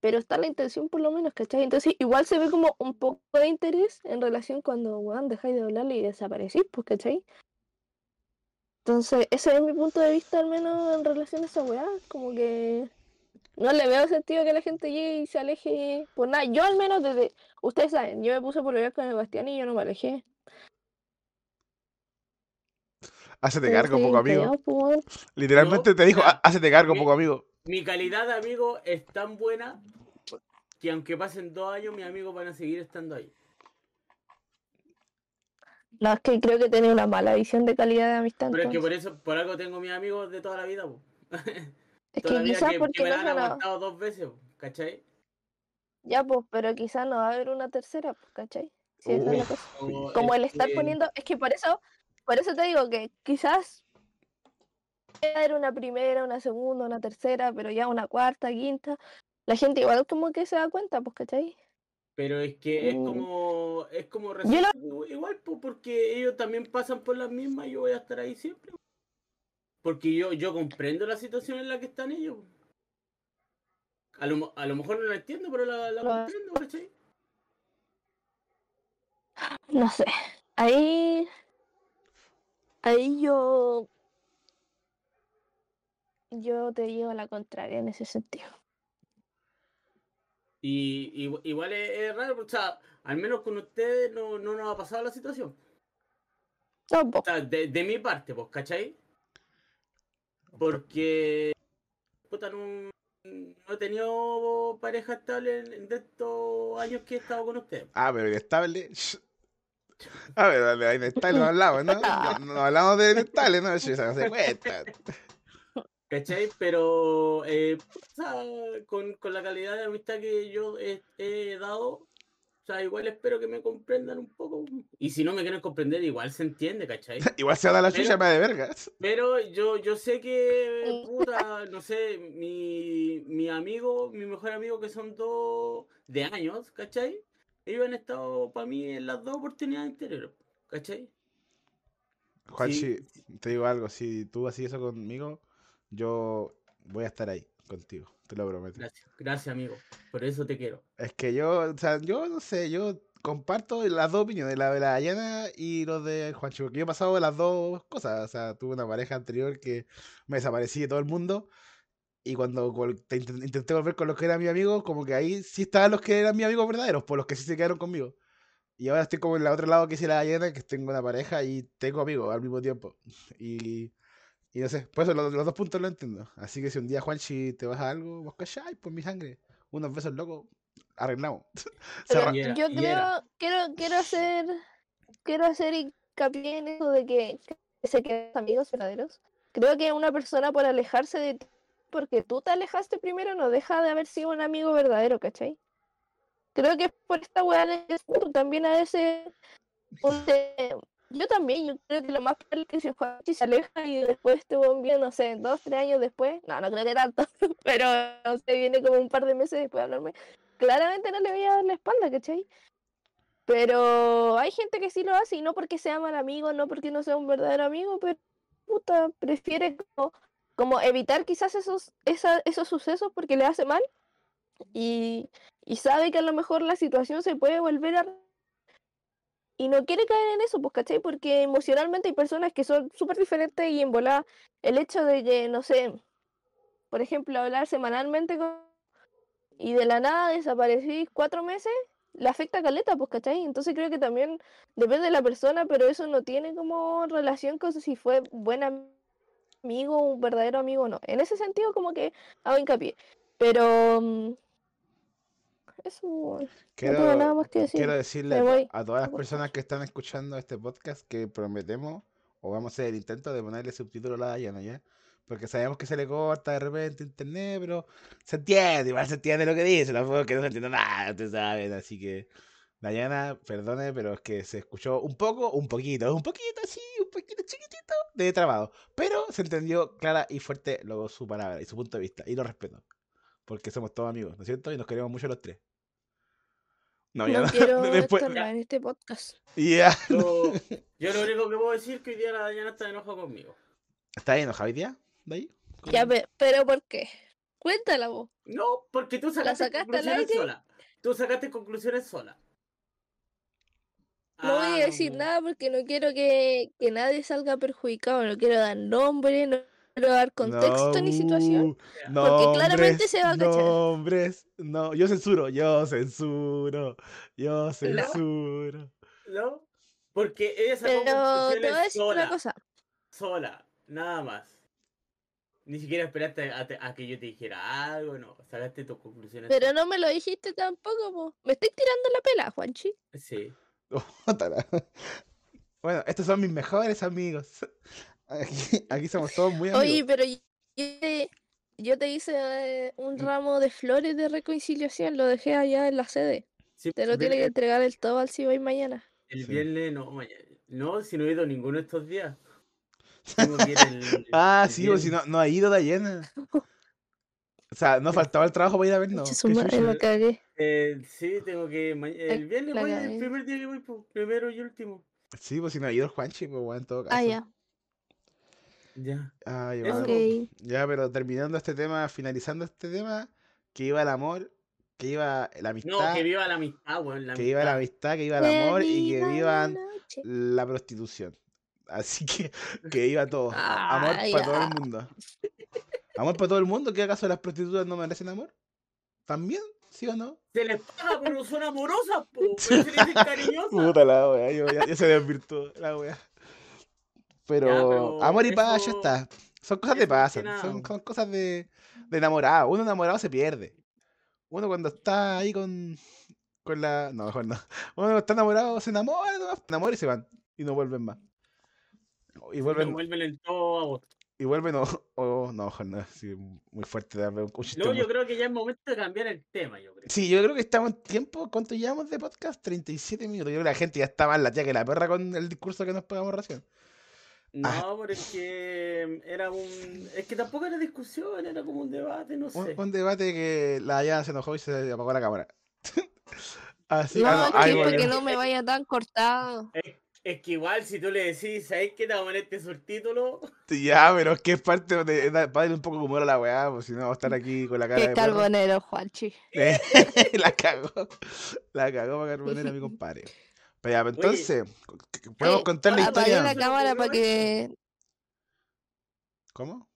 pero está la intención por lo menos, ¿cachai? Entonces igual se ve como un poco de interés en relación cuando, weón, dejáis de hablarle y desaparecís, pues, ¿cachai? Entonces, ese es mi punto de vista, al menos en relación a esa weá. Como que no le veo sentido que la gente llegue y se aleje por nada. Yo al menos desde, ustedes saben, yo me puse por ver con el Bastián y yo no me alejé. Hacete Pero cargo, sí, poco amigo. callado, pues, weón. Literalmente te dijo, mira, "Há- hacete cargo, mi- poco amigo. Mi calidad de amigo es tan buena que aunque pasen dos años, mis amigos van a seguir estando ahí. No, es que creo que tenía una mala visión de calidad de amistad. Pero es que entonces. por eso, por algo tengo mis amigos de toda la vida, po. Es que Toda la vida quizás que, que porque me no la han se la- aguantado dos veces, po, ¿cachai? Ya, pues, pero quizás no va a haber una tercera, pues, ¿cachai? Sí, esa es la Uf. cosa. Como Como el estar que- poniendo. Es que por eso, por eso te digo que quizás era una primera, una segunda, una tercera, pero ya una cuarta, quinta. La gente igual como que se da cuenta, pues, ¿cachai? Pero es que es Mm. como, es como lo- recíproco igual, po, porque ellos también pasan por las mismas y yo voy a estar ahí siempre. po. Porque yo, yo comprendo la situación en la que están ellos. po. A lo, mo- a lo mejor no la entiendo, pero la, la Lo- comprendo, ¿cachai? No sé. Ahí. Ahí yo. Yo te llevo la contraria en ese sentido. Y, y- igual es, es raro, o sea, al menos con ustedes no, no nos ha pasado la situación. O Tampoco. sea, de, de mi parte, pues, ¿cachai? Porque. Puta, no, no he tenido pareja estable en, en de estos años que he estado con ustedes. Ah, pero inestable. sh- Ah, pero de inestable no hablamos, ¿no? No, no hablamos de inestable, ¿no? Eso ya se cuenta. ¿Cachai? Pero. eh, o sea, con, con la calidad de amistad que yo he, he dado. O sea, igual espero que me comprendan un poco. Y si no me quieren comprender, igual se entiende, ¿cachai? Igual se da la Pero- chucha, me de vergas. Pero yo, yo sé que, Sí. puta, no sé, mi, mi amigo, mi mejor amigo que son dos de años, ¿cachai? Ellos han estado para mí en las dos oportunidades anteriores, ¿cachai? Juanchi, te digo algo, si tú haces eso conmigo, yo voy a estar ahí contigo, te lo prometo. Gracias, gracias amigo, por eso te quiero. Es que yo, o sea, yo no sé, yo comparto las dos opiniones, la de la Dayana y los de Juancho, porque yo he pasado las dos cosas, o sea, tuve una pareja anterior que me desaparecí de todo el mundo y cuando col- te intent- intenté volver con los que eran mis amigos, como que ahí sí estaban los que eran mis amigos verdaderos, por los que sí se quedaron conmigo. Y ahora estoy como en el otro lado que hice la Dayana, que tengo una pareja y tengo amigos al mismo tiempo. Y, y no sé, por eso los, los dos puntos lo entiendo. Así que si un día Juanchi te vas a algo, vos calláis por mi sangre. Unos besos locos, arreglamos. pues, Pero Cerra- Y era, yo y creo, era. quiero, quiero hacer, quiero hacer hincapié en eso de que se quedan amigos verdaderos. Creo que una persona por alejarse de ti, porque tú te alejaste primero, no deja de haber sido un amigo verdadero, ¿cachai? Creo que por esta weá de que tú también a veces uno se- yo también, yo creo que lo más probable es que si Juanchi se aleja y después te bien, no sé, dos, tres años después, no, no creo que tanto, pero no sé, viene como un par de meses después de hablarme, claramente no le voy a dar la espalda, ¿cachai? Pero hay gente que sí lo hace y no porque sea mal amigo, no porque no sea un verdadero amigo, pero puta, prefiere como, como evitar quizás esos, esa- esos sucesos porque le hace mal y, y sabe que a lo mejor la situación se puede volver a y no quiere caer en eso, pues, ¿cachai? Porque emocionalmente hay personas que son súper diferentes y en volada el hecho de que, no sé, por ejemplo, hablar semanalmente con... y de la nada desaparecís cuatro meses, le afecta caleta, pues, ¿cachai? Entonces creo que también depende de la persona, pero eso no tiene como relación con si fue buena amigo, un verdadero amigo, no. En ese sentido, como que hago hincapié. Pero. mm, Eso. weón. Quiero, tengo nada más que decir. quiero decirle a Me to- voy. a todas las Voy. personas que están escuchando este podcast que prometemos o vamos a hacer el intento de ponerle subtítulo a la Dayana, ¿ya? Porque sabemos que se le corta de repente internet, pero se entiende, igual se entiende lo que dice, tampoco que no se entiende nada, ustedes saben, así que Dayana, perdone, pero es que se escuchó un poco, un poquito, un poquito así, un poquito chiquitito de trabajo, pero se entendió clara y fuerte luego su palabra y su punto de vista, y lo respeto, porque somos todos amigos, ¿no es cierto? Y nos queremos mucho los tres. No, ya No no. quiero Después, estorbar en este podcast. ya. Yo, yo lo único que puedo decir es que hoy día la Dayana está enojada conmigo. ¿Estás enojado hoy día? ¿De ahí? Ya, pe- pero ¿por qué? Cuéntala vos. No, porque tú sacaste, sacaste al conclusiones aire? sola. Tú sacaste conclusiones sola. No voy a Ah, decir no. nada porque no quiero que, que nadie salga perjudicado, no quiero dar nombre, no quiero dar contexto ni situación. No, Porque claramente se va a cachar. Nombres, no, yo censuro, yo censuro, yo censuro. ¿No? Porque ella sacó Pero te voy a conclusiones decir sola. una cosa. Sola. Nada más. Ni siquiera esperaste a, te- a que yo te dijera algo, no. Sacaste tus conclusiones. Pero no me lo dijiste tampoco, po. Me estoy tirando la pela, Juanchi. sola. Sí. Ótala. Bueno, estos son mis mejores amigos. Aquí, aquí somos todos muy amigos. Oye, pero y- yo te, yo te hice eh, un ramo de flores de reconciliación, lo dejé allá en la sede. Sí, Te lo el tiene que viernes- entregar el todo al CIBAI mañana. El Sí. viernes no, mañana. No, si no he ido ninguno de estos días. Tengo que ir el- ah, el sí, o si no, viernes. no ha ido Dayana. O sea, no faltaba el trabajo para ir a vernos. Conche su qué madre, chucha. la cagué. Eh, sí, tengo que. ma- El viernes la voy, cagué. el primer día que voy, po, primero y último. Sí, pues si no ha ido el Juanchi, pues bueno, en todo caso. Ah, ya. Ya. Ay, Eso, bueno. Ok. Ya, pero terminando este tema, finalizando este tema, que iba el amor, que iba la No, amistad, que viva la amistad, weón. La que iba la amistad, que iba el Que amor y que viva la vivan noche. la prostitución. Así que que iba todo. a- Amor Ay, para todo el ah. mundo. Amor para todo el mundo, ¿qué acaso las prostitutas no merecen amor? ¿También? ¿Sí o no? Se les paga, pero son amorosas, po. pero se les dicen cariñosas. Puta la wea, yo ya, ya se desvirtuó la wea. Pero, pero amor y paz, ya eso- está. Son cosas de eso más paz, que son, son nada. son cosas de, de enamorado. Uno enamorado se pierde. Uno cuando está ahí con, con la... No, mejor no. Uno cuando está enamorado se enamora, nomás, se enamora y se van. Y no vuelven más. Y vuelven, Vuelven, vuelven en todo agosto. y vuelven o... o- oh, no, mejor no. sí, muy fuerte darme un un chiste No, muy- yo creo que ya es momento de cambiar el tema, yo creo. Sí, yo creo que estamos en tiempo. ¿Cuánto llevamos de podcast? 37 minutos. Yo creo que la gente ya está más latida que la perra con el discurso que nos pegamos recién. Ah. No, pero es que era un. Es que tampoco era discusión, era como un debate, no Un, sé. un debate que la Dayana se enojó y se apagó la cámara. Así No, ah, es no, ahí que volvió. porque no me vaya tan cortado. Es que igual si tú le decís, ¿sabes qué? Te vamos a poner este subtítulo. Ya, pero es que es parte de. Para darle un poco de humor a la weá, pues si no, va a estar aquí con la cara Qué de. perro. Eh, carbonero, Juanchi. la cagó. La cagó para carbonera, mi compadre. Pero ya, pues, Oye. entonces, c- podemos Oye, contar la hola, Apagué historia. la Pero cámara para bueno. que ¿Cómo?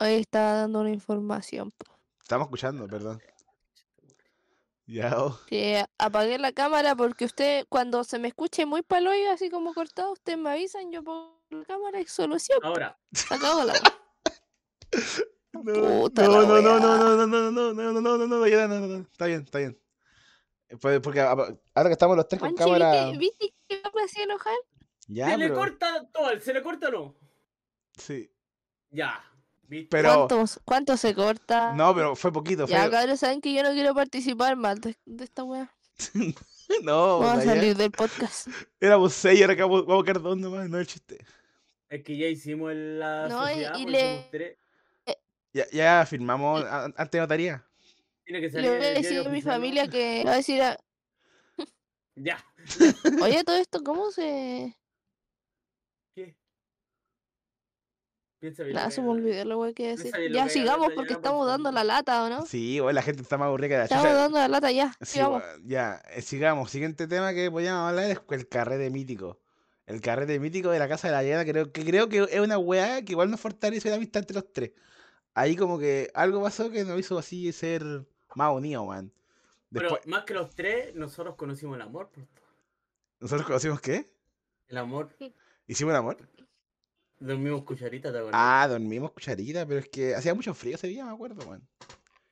hoy estaba dando una información. po. Estamos escuchando, perdón. Ya, oh. Sí, apagué la cámara porque usted, cuando se me escuche muy paloyo, así como cortado, usted me avisan, yo pongo la cámara y solución. Ahora, Se acabó la No, Puta no, no, la no, weá. no, no, no, no, no, no, no, no, no, no, ya, no, no, no, está bien, está bien. Eh, pues, Porque a- a- ahora que estamos los tres con Juanchi, ¿viste, cámara. ¿viste que me hacía enojar? Ya, ¿se le pero. corta todo? ¿Se le corta o no? Sí. Ya. ¿Viste? Pero- ¿Cuántos- ¿Cuánto se corta? No, pero fue poquito, Ya, fue. cabros, saben que yo no quiero participar más de, de esta weá. No, Vamos a Dayan, salir del podcast. Éramos seis, ahora acabamos- vamos a quedar dos nomás, no es el chiste. Es que ya hicimos el- la No, y- sociedad, y pues, le- hicimos tres. Ya, ya firmamos Eh, a- ante notaría. Tiene que Le salir voy en a el diario decir a mi oficial, ¿no? familia que. Le voy a decir a- Ya. Oye, todo esto, ¿cómo se.? ¿Qué? Piensa bien. Nada, lo se que me voy a hablar. olvidó lo que iba a Piensa bien lo decir. Ya que voy a hablar, sigamos Dayana, porque por estamos dando favor. la lata, ¿o no? Sí, hoy la gente está más aburrida que la Estamos chucha. dando la lata ya. Sí, sigamos. weón, ya, eh, sigamos. Siguiente tema que podíamos hablar es el carrete mítico. El carrete mítico de la casa de la Diana, creo que creo que es una weá que igual nos fortalece la amistad entre los tres. Ahí como que algo pasó que nos hizo así ser más unidos, man. Después, Pero más que los tres, nosotros conocimos el amor. por favor. ¿nosotros conocimos qué? El amor. ¿Hicimos el amor? dormimos cucharita, ¿te acuerdas? Ah, dormimos cucharita, pero es que hacía mucho frío ese día, me acuerdo, weón.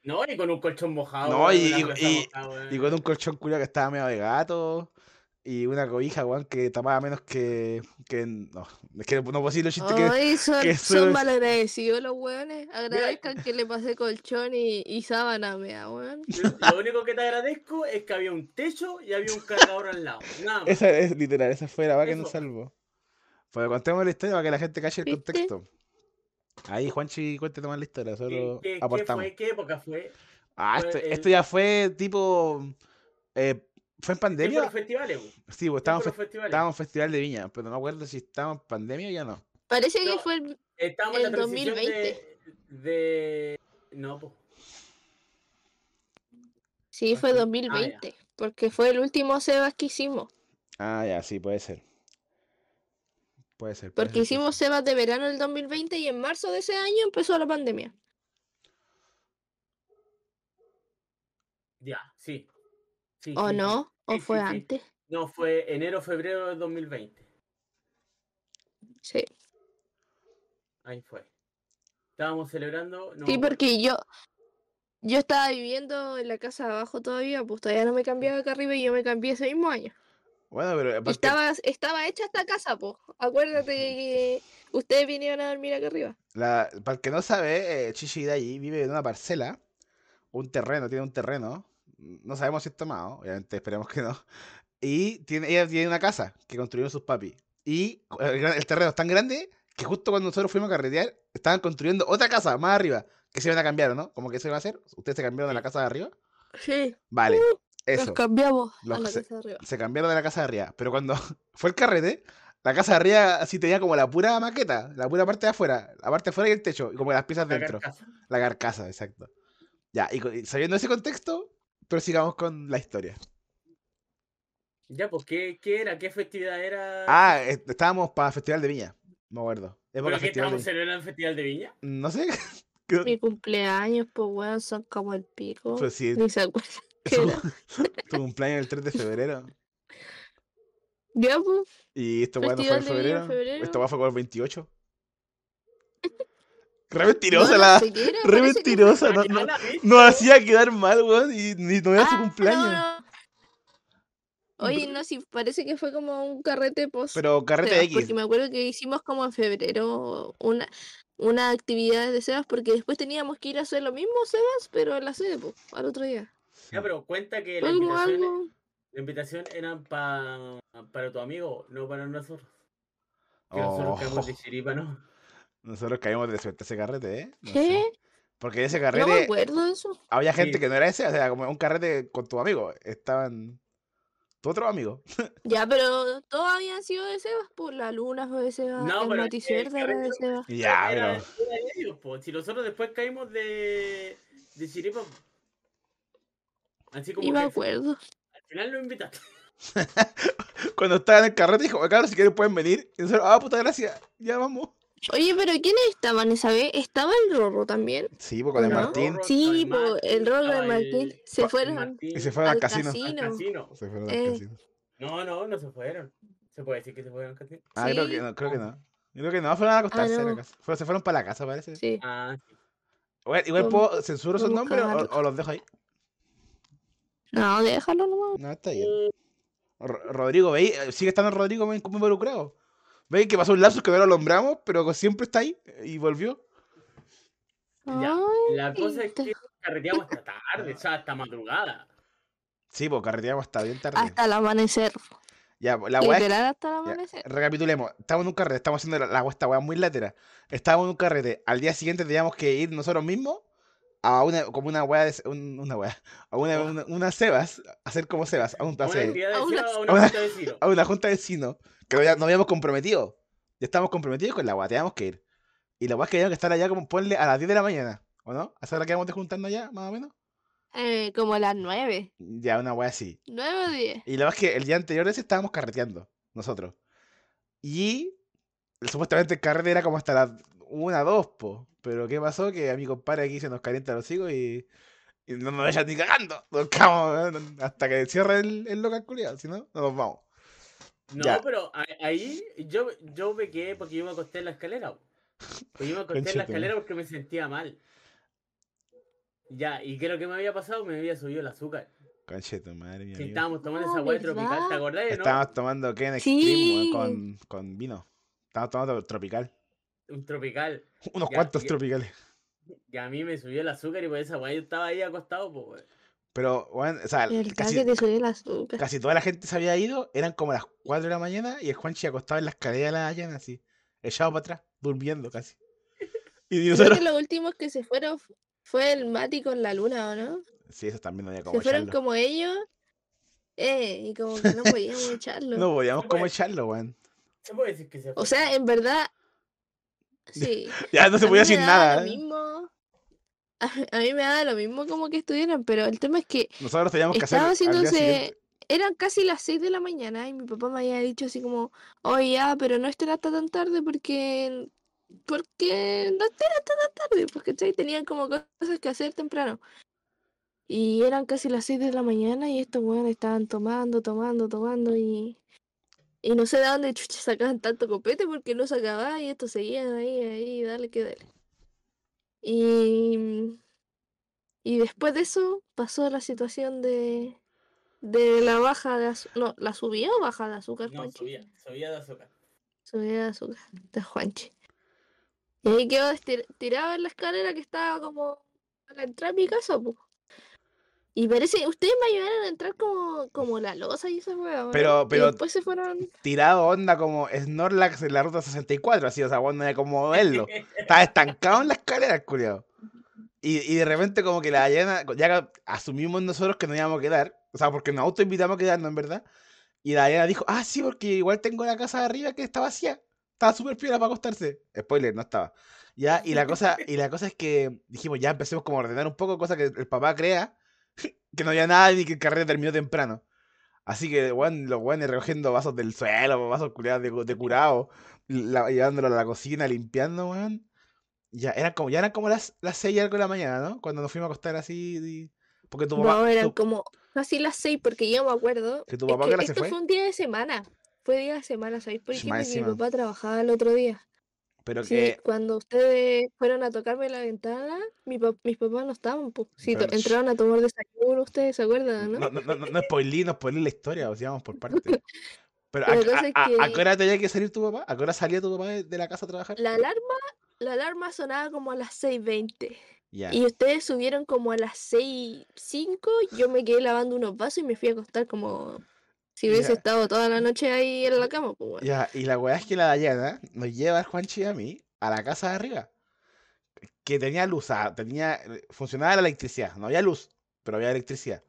No, y con un colchón mojado. No, weón, y- una y- cosa y- mojada, weón. Y con un colchón culiao que estaba medio de gato. Y una cobija, weón, que tapaba menos que. que no, es que no puedo decir los chistes que. Ay, son, que son sube- malagradecidos los weones. Agradezcan que le pasé colchón y, y sábana, mea, weón. Lo único que te agradezco es que había un techo y había un cargador al lado. Nada más. Esa es literal, esa fue la weá que nos Eso. salvó. Pues contemos la historia para que la gente cache el ¿Viste? contexto. Ahí, Juanchi, cuéntate más la historia, ¿Qué, solo qué- qué aportamos. fue? ¿Qué época fue? ah, fue esto, el- esto ya fue tipo. eh, ¿Fue en Tiempo de los pandemia? festivales, weón. Tiempo Sí, pues de estábamos, los fe- festivales. estábamos en Festival de Viña, pero no me acuerdo si estábamos en pandemia o ya no. Parece que No. fue el. Estábamos en la el transición 2020. de, de- No, pues. Sí, Ah, fue sí. Ah, ya. 2020. Porque fue el último Sebas que hicimos. Ah, ya, sí, puede ser. Puede ser. puede Porque ser que hicimos sí. Sebas de verano del 2020 y en marzo de ese año empezó la pandemia. Ya, sí. Sí, ¿O sí, sí. no? ¿O Sí, fue sí, sí. antes? No, fue enero, febrero del 2020. Sí. Ahí fue. Estábamos celebrando. no Sí, me acuerdo. porque yo. Yo estaba viviendo en la casa de abajo todavía, pues todavía no me cambiaba acá arriba y yo me cambié ese mismo año. Bueno, pero Y aparte- estaba, estaba hecha esta casa, pues. Acuérdate que ustedes vinieron a dormir acá arriba. La, para el que no sabe, eh, Chichi Hidayi vive en una parcela, un terreno, tiene un terreno, n- no sabemos si es tomado, obviamente esperemos que no, y tiene, ella tiene una casa que construyeron sus papis, y cu- el, gran- el terreno es tan grande que justo cuando nosotros fuimos a carretear, estaban construyendo otra casa más arriba, que se iban a cambiar, ¿o ¿no? Como que se iba a hacer, ustedes se cambiaron de la Sí. Uh, casa de arriba, Sí, vale, nos eso, cambiamos los a la que se- casa de arriba. se cambiaron de la casa de arriba, pero cuando fue el carrete, la casa de arriba así tenía como la pura maqueta, la pura parte de afuera, la parte de afuera y el techo, y como las piezas La dentro. carcasa. La carcasa, exacto. Ya, y, co- y sabiendo ese contexto, prosigamos con la historia. Ya, pues, ¿qué, qué era? ¿Qué festividad era? Ah, est- estábamos para Festival de Viña, me acuerdo. Época ¿Pero qué Festival de estábamos celebrando el Festival de Viña? Viña. No sé. creo- Mi cumpleaños, pues weón, son como el pico. pues sí, Ni se acuerdan qué tu, era. tu cumpleaños el 3 de febrero. Ya, pues, Y esto bueno fue en Festival de Viña febrero. en Esto febrero. va fue como el 28. Re no, mentirosa no la. sé qué era, Re parece que fue- mentirosa. No, no, Mañana, Ah, ¿viste? nos hacía quedar mal, weón. Y ni no era su Ah, cumpleaños. no, no. Oye, no, sí, parece que fue como un carrete post. Pero carrete Sebas, X. Porque me acuerdo que hicimos como en febrero una, una actividad de Sebas, porque después teníamos que ir a hacer lo mismo, Sebas, pero en la sede, pues, al otro día. Sí. Ya, pero cuenta que la Fue como invitación, algo. la invitación eran pa- para tu amigo, no para nosotros. Que nosotros quedamos de Oh, chiripa, ¿no? nosotros caímos de suerte ese carrete, ¿eh? No sé. ¿Qué? Porque ese No me carrete acuerdo de eso. había gente Sí. que no era ese, o sea, como un carrete con tu amigo. Estaban tu otro amigo. Ya, pero todos habían sido de Sebas, pues la luna fue de Sebas, No, el pero, Mati eh, Cerda era de Carrete- Sebas. Ya, Era- pero. era de ellos, po. Si nosotros después caímos de, de chiripa, así como Y me que acuerdo. al final lo invitaste. Cuando estaba en el carrete dijo, claro, si quieren pueden venir. Y nosotros, ah, puta gracia, ya vamos. Oye, pero ¿quiénes estaban esa vez? ¿Estaba el Rorro también. Sí, pues con el ¿No? Martín. Rorro, Sí, el po, el Martín, Rorro de estaba Martín. el- Se Pa- fueron Martín, Y se fueron al al casino. al casino. casino. Se fueron Eh. al casino. No, no, no se fueron. ¿Se puede decir que se fueron al casino? Ah, creo Sí, que no, creo que no. Creo que no, fueron a acostarse a la no. casa. Fueron- se fueron para la casa, parece. Sí. Ah, sí. Bueno, igual Vamos- puedo, censuro sus vamos a nombres o, cagarla. o los dejo ahí. No, déjalo nomás. No, está bien. Eh. Ro- Rodrigo, ¿veis? Eh, Sigue estando Rodrigo muy muy involucrado. ¿Veis que pasó un lapsus que no lo nombramos, pero siempre está ahí y volvió? Ya, Ay, la cosa es te- que carreteamos hasta tarde, o sea, hasta madrugada. Sí, pues carreteamos hasta bien tarde. Hasta el amanecer. Ya, pues, la weá es que- Literal, hasta el ya, amanecer. recapitulemos. Estábamos en un carrete, estamos haciendo la, la weá- esta weá muy latera. Estábamos en un carrete. Al día siguiente teníamos que ir nosotros mismos a una, como una weá, de ce- un- una weá, a una, Ojo. una, una Sebas, a hacer como Sebas, a un A Una paseo, entidad de Aún Ciro, así- a aún una junta de Ciro. a una junta de vecinos que no, había- no habíamos comprometido. Ya estábamos comprometidos con la weá, teníamos que ir. Y la weá es que teníamos que estar allá como ponle a las 10 de la mañana, ¿o no? ¿A esa hora que vamos juntando allá, más o menos? Eh, como las nueve. Ya, una weá así. Nueve o diez. Y la verdad es que el día anterior ese estábamos carreteando, nosotros. Y el- supuestamente el carrete era como hasta las una, dos, po. Pero ¿qué pasó? Que a mi compadre aquí se nos calienta los higos y, y no nos dejan ni cagando. Nos cagamos, weón, hasta que cierre el, el local culiado, si no, no nos vamos. No, Ya. pero a- ahí yo, yo me quedé porque yo me acosté en la escalera. po. Pues yo me acosté en la Conchetumare. escalera porque me sentía mal. Ya, y creo que me había pasado, me había subido el azúcar. Conche tu madre, mi Si amigo. estábamos tomando Ah, esa hueá tropical, ¿te ¿verdad? acordás? o Estábamos tomando Ken Sí. Extreme weón, con, con vino. Estábamos tomando tropical. ¿no? Un tropical. Unos Ya, cuantos ya. tropicales. Y a mí me subió el azúcar y por esa hueá yo estaba ahí acostado, pues. Pero, bueno, o sea, ¿Verdad casi, que te subió el azúcar? casi toda la gente se había ido. Eran como las 4 de la mañana y el Juanchi acostado en la escalera de la Dayan, así, echado para atrás, durmiendo casi. Y Creo nosotros. que los últimos que se fueron f- fue el Mati con la luna, ¿o no? Sí, eso también no había como Se fueron echarlo. como ellos. Eh, y como que no podíamos echarlo. No podíamos Sí, como pues. echarlo, weón. ¿Se puede decir que se fue? O sea, en verdad. Sí. Ya no se a podía mí me decir daba nada. Lo ¿eh? mismo, a, a mí me daba lo mismo como que estuvieran, pero el tema es que Nosotros teníamos que hacer. estaba al día haciéndose. siguiente. Eran casi las 6 de la mañana y mi papá me había dicho así como, oye, ya, pero no estén hasta tan tarde porque. Porque no estén hasta tan tarde, porque ¿cachai? tenían como cosas que hacer temprano. Y eran casi las 6 de la mañana y estos weones estaban tomando, tomando, tomando y. Y no sé de dónde chucha sacaban tanto copete porque no se acababa y esto seguían ahí, ahí, dale que dale. Y. Y después de eso pasó la situación de. De la baja de azúcar. No, ¿la subía o baja de azúcar, No, Juanchi? subía, subía de azúcar. Subía de azúcar de Juanchi. Y ahí quedó estir- tirado en la escalera que estaba como para entrar a mi casa, po. Y parece, ustedes me ayudaron a entrar como, como la losa y esa weá, ¿o no? Pero- Y pero- después se fueron. Tirado onda como Snorlax en la ruta 64, así, o sea, weón, no había como verlo. Estaba estancado en la escalera, culiado. Y, y de repente, como que la Dayana, ya asumimos nosotros que no íbamos a quedar, o sea, porque nos autoinvitamos a quedarnos, en verdad. Y la Dayana dijo, ah, sí, porque igual tengo la casa de arriba que está vacía. Estaba súper piola para acostarse. Spoiler, no estaba. Ya, y la cosa, y la cosa es que dijimos, ya empecemos como a ordenar un poco, cosa que el papá crea que no había nada y que el carrera terminó temprano. Así que, weón, los weones recogiendo vasos del suelo, vasos culiados de, cu- de curado, la- llevándolo a la cocina, limpiando, weón. Ya eran como, ya eran como las, las seis y algo de la mañana, ¿no? Cuando nos fuimos a acostar así. y- Porque tu papá. No, eran tu- como casi las seis, porque yo me acuerdo. ¿Que tu es papá a qué hora se esto fue? un día de semana. Fue día de semana, ¿sabéis por Sí, qué? más Porque mi encima. papá trabajaba el otro día. Pero Sí, que. cuando ustedes fueron a tocarme la ventana, mi pap- mis papás no estaban, po. Sí, to- Pero ch- entraron a tomar desayuno, ustedes se acuerdan, ¿no? No, no, no, no, no spoilí, no spoilí la historia, o sea, vamos por parte. Pero a, La cosa a- es a- ¿a que- qué hora tenía que salir tu papá? ¿A qué hora salía tu papá de, de la casa a trabajar? La alarma, la alarma sonaba como a las 6.20 Ya. y ustedes subieron como a las 6.05, yo me quedé lavando unos vasos y me fui a acostar como si hubiese Ya. estado toda la noche ahí en la cama, po, weón. Ya, y la weá es que la Dayana nos lleva al Juanchi y a mí a la casa de arriba. Que tenía luz, ah, tenía, funcionaba la electricidad. No había luz, pero había electricidad.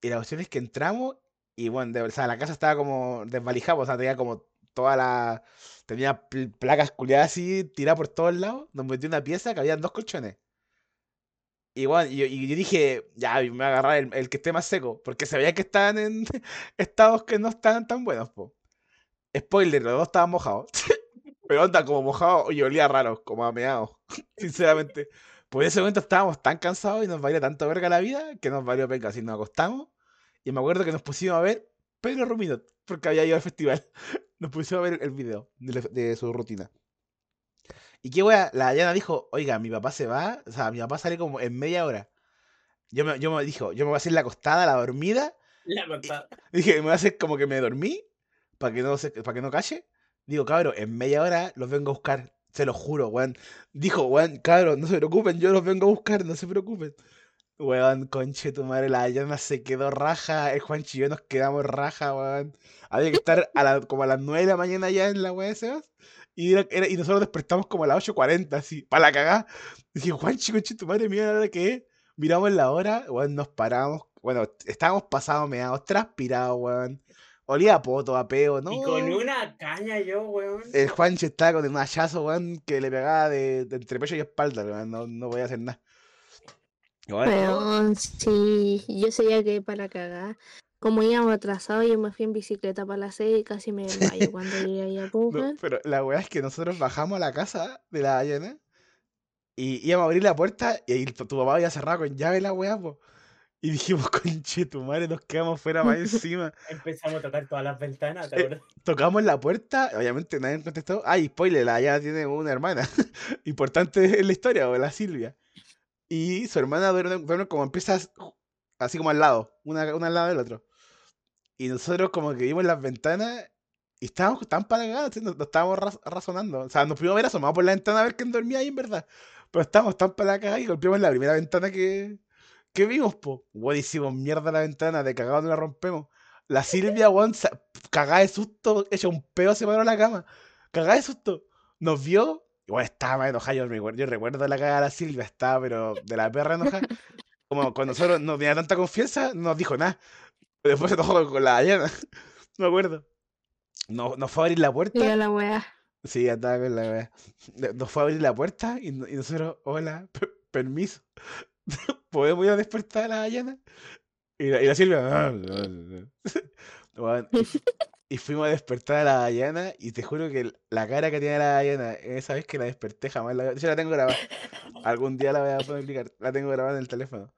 Y la cuestión es que entramos y bueno, de- o sea, la casa estaba como desvalijada, o sea, tenía como toda la... Tenía pl- placas culiadas así, tiradas por todos lados. Nos metió una pieza que habían dos colchones. Y bueno, y yo, y yo dije, ya, me voy a agarrar el, el que esté más seco, porque se veía que estaban en estados que no estaban tan buenos, po. Spoiler, los dos estaban mojados. Pero onda, como mojado y olía raro, como a meado, sinceramente. Por ese momento estábamos tan cansados y nos valía tanto verga la vida que nos valió penca. Así nos acostamos y me acuerdo que nos pusimos a ver Pedro Ruminot, porque había ido al festival. Nos pusimos a ver el video de, la- de su rutina. Y qué wea, la Dayana dijo, oiga, mi papá se va, o sea, mi papá sale como en media hora. Yo me, yo me dijo, yo me voy a hacer la acostada, la dormida, La verdad. Dije, me voy a hacer como que me dormí para que no se, para que no calle. Digo, cabrón, en media hora los vengo a buscar. Se lo juro, weón. Dijo, weón, cabrón, no se preocupen, yo los vengo a buscar, no se preocupen. Weón, conche tu madre, la llana se quedó raja, el Juan y yo nos quedamos raja, weón. Había que estar a la- como a las 9 de la mañana ya en la weá de Sebas. Y, era- era- y nosotros despertamos como a las 8.40, así, para la cagá. Dije, Juan conche tu madre, mira la hora que es. Miramos la hora, weón, nos paramos. Bueno, estábamos pasados, meados, transpirados, weón. Olía a poto, a peo, ¿no? Eh. Y con una caña yo, weón. El Juancho estaba con un hachazo, weón, que le pegaba de, de entre pecho y espalda, weón. No, no podía hacer nada. Igual, Weón, sí, yo sabía que para cagar. Como íbamos atrasados, yo me fui en bicicleta para las 6 y casi me desmayo cuando llegué ahí a no, Pujan. pero la weá es que nosotros bajamos a la casa de la Dayana y íbamos a abrir la puerta y ahí tu, tu papá había cerrado con llave la weá, po. Y dijimos, conche, tu madre, nos quedamos fuera más encima. Empezamos a tocar todas las ventanas, ¿te Eh, acuerdas? Tocamos la puerta, obviamente nadie contestó. Ay, spoiler, allá tiene una hermana. Importante en la historia, o la Silvia. Y su hermana duerme, duerme como empiezas así como al lado, una, una al lado del otro. Y nosotros como que vimos las ventanas y estábamos tan panagados, nos, nos estábamos raz- razonando. O sea, nos pudimos haber asomado por la ventana a ver quién dormía ahí en verdad. Pero estábamos tan para la cagada y golpeamos la primera ventana que, que vimos, po. Weón, hicimos mierda la ventana, de cagado no la rompemos. La Silvia, weón, sa- cagada de susto, hecha un pedo, se paró en la cama. Cagada de susto. Nos vio, y weón, estaba más enojada. Yo, recuer- yo recuerdo la cagada de la Silvia, estaba, pero de la perra enojada. Como con nosotros no tenía tanta confianza, no nos dijo nada. Después se enojó con la Dayana, me acuerdo. No, nos fue a abrir la puerta. Mira la weá. Sí, andaba con la wea. No- Nos fue a abrir la puerta y, no- y nosotros, hola, per- permiso. ¿Podemos ir a despertar a la Dayana? Y la, y la Silvia, "Ah, no, no". Weón, y, fu- y fuimos a despertar a la Dayana y te juro que el- la cara que tenía la Dayana, esa vez que la desperté jamás la Yo la tengo grabada. Algún día la voy a poder publicar. La tengo grabada en el teléfono.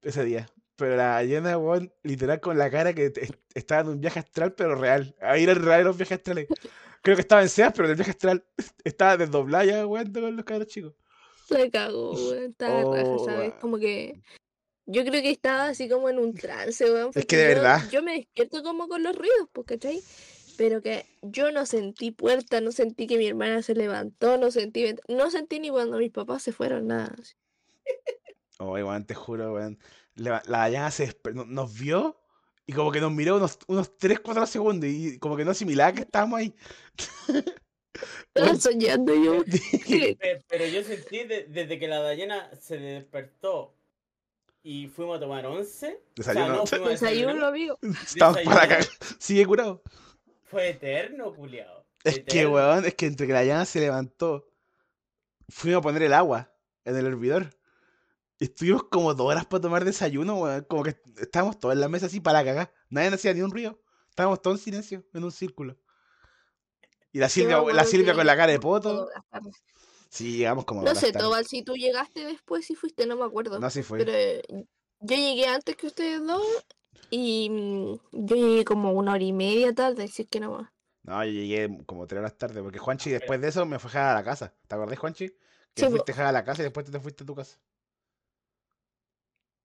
Ese día. Pero la Dayana, weón, literal con la cara que te- estaba en un viaje astral, pero real. Ahí eran reales los viajes astrales. Creo que estaba en SEAS, pero en el viaje astral estaba desdoblada ya, weón, con los cabros chicos. Se cagó, weón. Estaba raja, Oh, ¿sabes? weón. Como que. Yo creo que estaba así como en un trance, weón. Es que porque de yo- verdad. Yo, me despierto como con los ruidos, pues, ¿cachai? Pero que yo no sentí puerta, no sentí que mi hermana se levantó, no sentí. vent- No sentí ni cuando mis papás se fueron, nada. así. Oh, weón, te juro, weón. La, la Dayana se desper- no- nos vio y como que nos miró unos, unos 3, 4 segundos y como que no asimilaba que estábamos ahí. Estaba soñando yo. Sí. Pe- Pero yo sentí de- desde que la Dayana se despertó y fuimos a tomar once. o sea, Desayuno. no, fuimos a Desayuno, amigo. Estamos para acá. desayuno. Sigue curado. Fue eterno, culiao. Es que, eterno. weón, es que entre que la llana se levantó, fuimos a poner el agua en el hervidor. Y estuvimos como dos horas para tomar desayuno, weón. Como que est- estábamos todos en la mesa así para cagar. Nadie hacía ni un ruido. Estábamos todos en silencio, en un círculo. Y la Yo me Silvia, la acuerdo Silvia que con la cara de llegamos poto. todas tarde. Sí, llegamos como No horas sé, tarde. Tobal, si tú llegaste después y fuiste, no me acuerdo. No, sí fue. Pero eh, yo llegué antes que ustedes dos y mm, yo llegué como una hora y media tarde, si es que no más. No, yo llegué como tres horas tarde. Porque Juanchi, después de eso, me fue a dejar a la casa. ¿Te acordás, Juanchi? Que Ah, Sí, po. fuiste a dejar a la casa y después te fuiste a tu casa.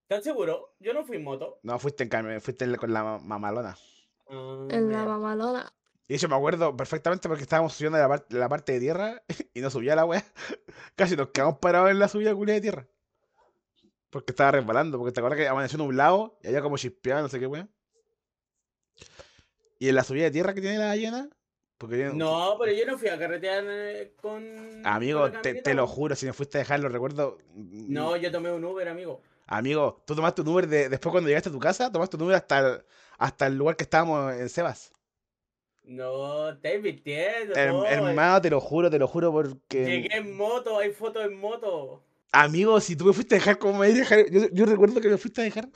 ¿Estás seguro? Yo no fui en moto. No, fuiste en camión, fuiste en la- con la ma- mamalona. Ah, En la ya. mamalona. Y de hecho me acuerdo perfectamente porque estábamos subiendo la, par- la parte de tierra y no subía la weá. Casi nos quedamos parados en la subida culia de tierra. Porque estaba resbalando, porque te acuerdas que amaneció nublado y allá como chispeaba, no sé qué weá. Y en la subida de tierra que tiene la ballena, porque tiene- No, pero yo no fui a carretear eh, con. Amigo, con la te, te camioneta, lo po. juro, si me fuiste a dejar, lo recuerdo. mm, No, yo tomé un Uber, amigo. Amigo, tú tomaste un Uber de- después cuando llegaste a tu casa, tomaste un Uber hasta el, hasta el lugar que estábamos en Sebas. No, estáis vistiendo. Her- no, eh. hermano, te lo juro, te lo juro, porque. Llegué en moto, hay fotos en moto. Amigo, si tú me fuiste a dejar, ¿cómo me ibas a dejar? Yo, yo recuerdo que me fuiste a dejar.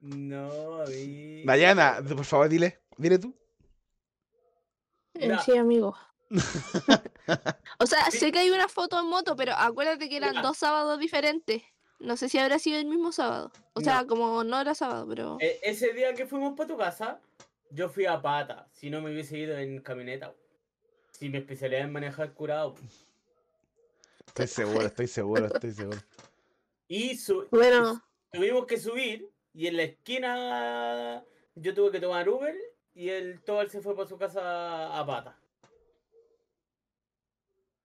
No, amigo. Dayana, d- por favor, dile. Dile tú. Eh, Mira. Sí, amigo. o sea, Sí. sé que hay una foto en moto, pero acuérdate que eran Mira. dos sábados diferentes. No sé si habrá sido el mismo sábado. O sea, No. como no era sábado, pero... E- ese día que fuimos para tu casa, yo fui a pata. Si no me hubiese ido en camioneta. po. Si mi especialidad es manejar curado. po. Estoy seguro, estoy seguro, estoy seguro. Y su- Bueno, tuvimos que subir. Y en la esquina yo tuve que tomar Uber. Y el Tobal se fue para su casa a pata.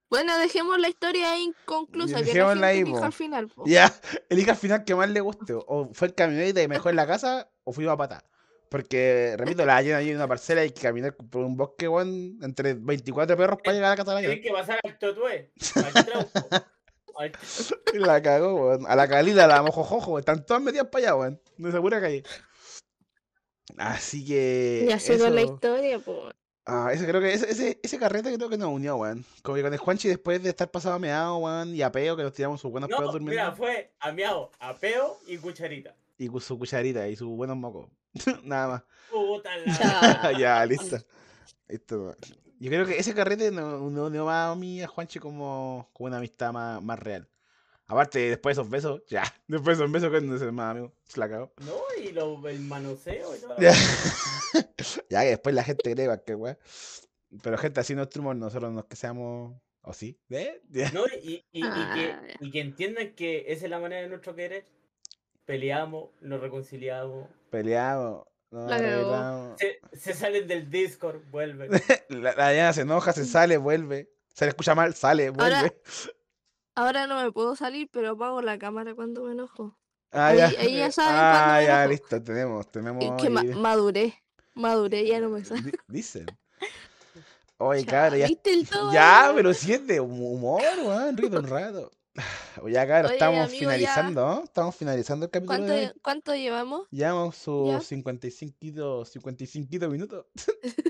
bueno, dejemos la historia inconclusa, que la Dejémosla gente ahí, elija po. al final, po. Ya, elija al final que más le guste. o- O fue el camioneta y me dejó en la casa, o fui a pata. Porque, repito, la llena ahí en una parcela y hay que caminar por un bosque, weón, entre 24 perros para llegar a la casa de la Dayana. Tienes que pasar al Totué. Al Trauco. al- La cagó, weón. A la calida, a la mojojojo, están todas metidas para allá, weón. No se pura calle. Así que. Ya se con la eso. historia, po. Ah, ese creo que ese, ese, ese carrete creo que nos unió, weón. Como que con el Juanchi después de estar pasado a meado, weón, y a peo, que nos tiramos sus buenos peos No, durmiendo. mira, fue ameado, apeo y cucharita. Y con su cucharita y sus buenos mocos. Nada más. Ah, Puta la... Ya. ya, listo. Listo. Yo creo que ese carrete nos unió nos unió más a mí y a Juanchi como, como una amistad más, más real. Aparte, después de esos besos, ya. Después de esos besos, que no es más, amigo. Se la cagó. No, y los, el manoseo y toda la Ya. ya que después la gente cree que weá. Pero gente, así no es humor, nosotros no es que seamos. ¿O sí? ¿Eh? Ya. No, y, y- y que, Ah, ya. y que entiendan que esa es la manera de nuestro querer. Peleamos, nos reconciliamos, Peleamos. No, La cagó. arreglamos. se, se salen del Discord, vuelven. La, la Diana se enoja, se sale, vuelve. Se le escucha mal, sale, vuelve. Mm. Ahora- Ahora no me puedo salir, pero apago la cámara cuando me enojo. Ah, ahí- ya. ahí ya saben cuándo Ah, me ya, enojo. listo, tenemos, tenemos. Es que ma- ahí- maduré. Maduré, ya no me sale. Di- Dicen. Oye, cabra, ya. ¿Viste el todo? Ya, weón? pero si es de humor, weón, ríete un rato. Oye, ya, cabra, Oye, estamos amigo, ya. finalizando, ¿no? Estamos finalizando el capítulo ¿Cuánto, de hoy. cuánto llevamos? Llevamos Ya. sus 55, 55 minutos.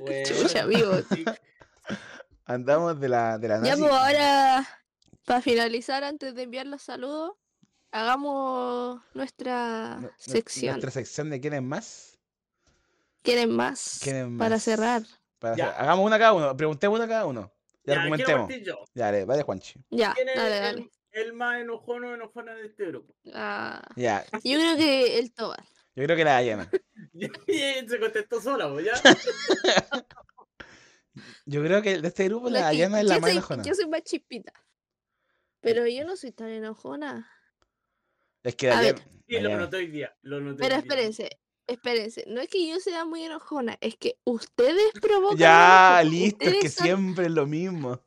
Bueno, Chucha, amigo. sí, Andamos de la, de la Ya, nazi. pues ahora, para finalizar, antes de enviar los saludos, hagamos nuestra Nu- nu- sección. Nuestra sección de quieren más. ¿Quieren más? ¿Quieren más? Para cerrar. Para Ya. cerrar. Hagamos una cada uno, preguntemos una cada uno. Y Ya, quiero argumentemos. partir yo. Ya, dale, vale, Juanchi. Ya, ¿Quién es Ah, dale, el- dale. El más enojón o enojona de este grupo. Ah, Ya, yo creo que el Tobar. yo creo que la Diana. Y se contestó sola, pues, ya. Yo creo que de este grupo la que- Diana es la yo más soy- enojona. Yo soy más chispita. Pero yo no soy tan enojona. Es que la A ver. Diana. Y lo la noté hoy día. Lo noté Pero hoy día. espérense, espérense. No es que yo sea muy enojona, es que ustedes provocan. mi Ya, enojo, listo, es ustedes que son- siempre es lo mismo.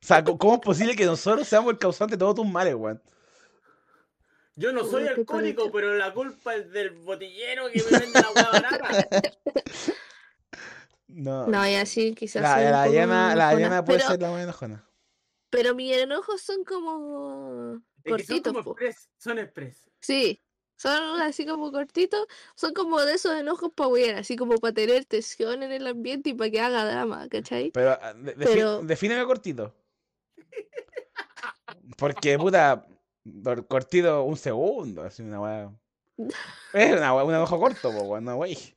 O sea, co- ¿cómo es posible que nosotros seamos el causante de todos tus males, weón? Yo no soy Uy, estoy alcohólico, conecta- pero la culpa es del botillero que me vende la hueá barata. No. No, ya sí, quizás. la soy un la poco Diana, la enojona, Diana puede pero, ser la más enojona. Pero mis enojos son como. Es que son Cortitos, como po. express. Son express. Sí, son así como cortitos. Son como de esos enojos para así como para tener tensión en el ambiente y para que haga drama, ¿cachai? Pero, ah, de- defi- Pero- defíneme cortito. Porque, puta, por cortito un segundo, así una weá. Es una weá, un enojo corto, po, weón, no, wey.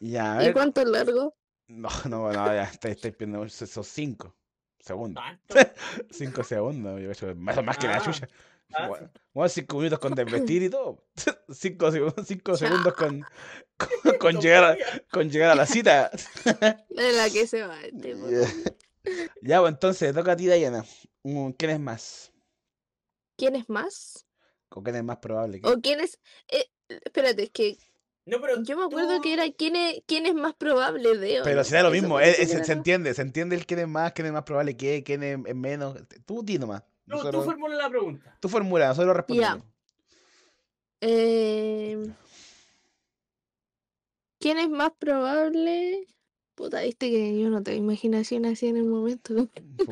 Ya, a ¿Y ver. cuánto es largo? No, no, no, ya, estáis estáis pidiendo esos esos cinco segundos. Tanto. Cinco segundos, yo creo que más, más que la Ah, chucha. ah, Bueno, bueno, cinco minutos con desvestir y todo. Cinco, segu- cinco Ya. segundos con, con, con No llegar a, podía. con llegar a la cita. De la que se va este, po. Ya. Ya, pues entonces, toca a ti, Diana. Mm, ¿Quién es más? ¿Quién es más? ¿O quién es más probable? que- ¿O quién es.? eh, espérate, es que No, pero Yo me acuerdo que tú- era quién es, quién es más probable de Pero ¿no? si da lo Eso mismo, parece eh, que eh, se, era se lo- entiende, se entiende el quién es más, quién es más probable que, quién es, es menos. Tú di nomás. No, tú nosotros- formula la pregunta. tú formula, nosotros respondemos. Em, ¿Quién es más probable? Puta, viste que yo no tengo imaginación así en el momento. ¿no? Puta,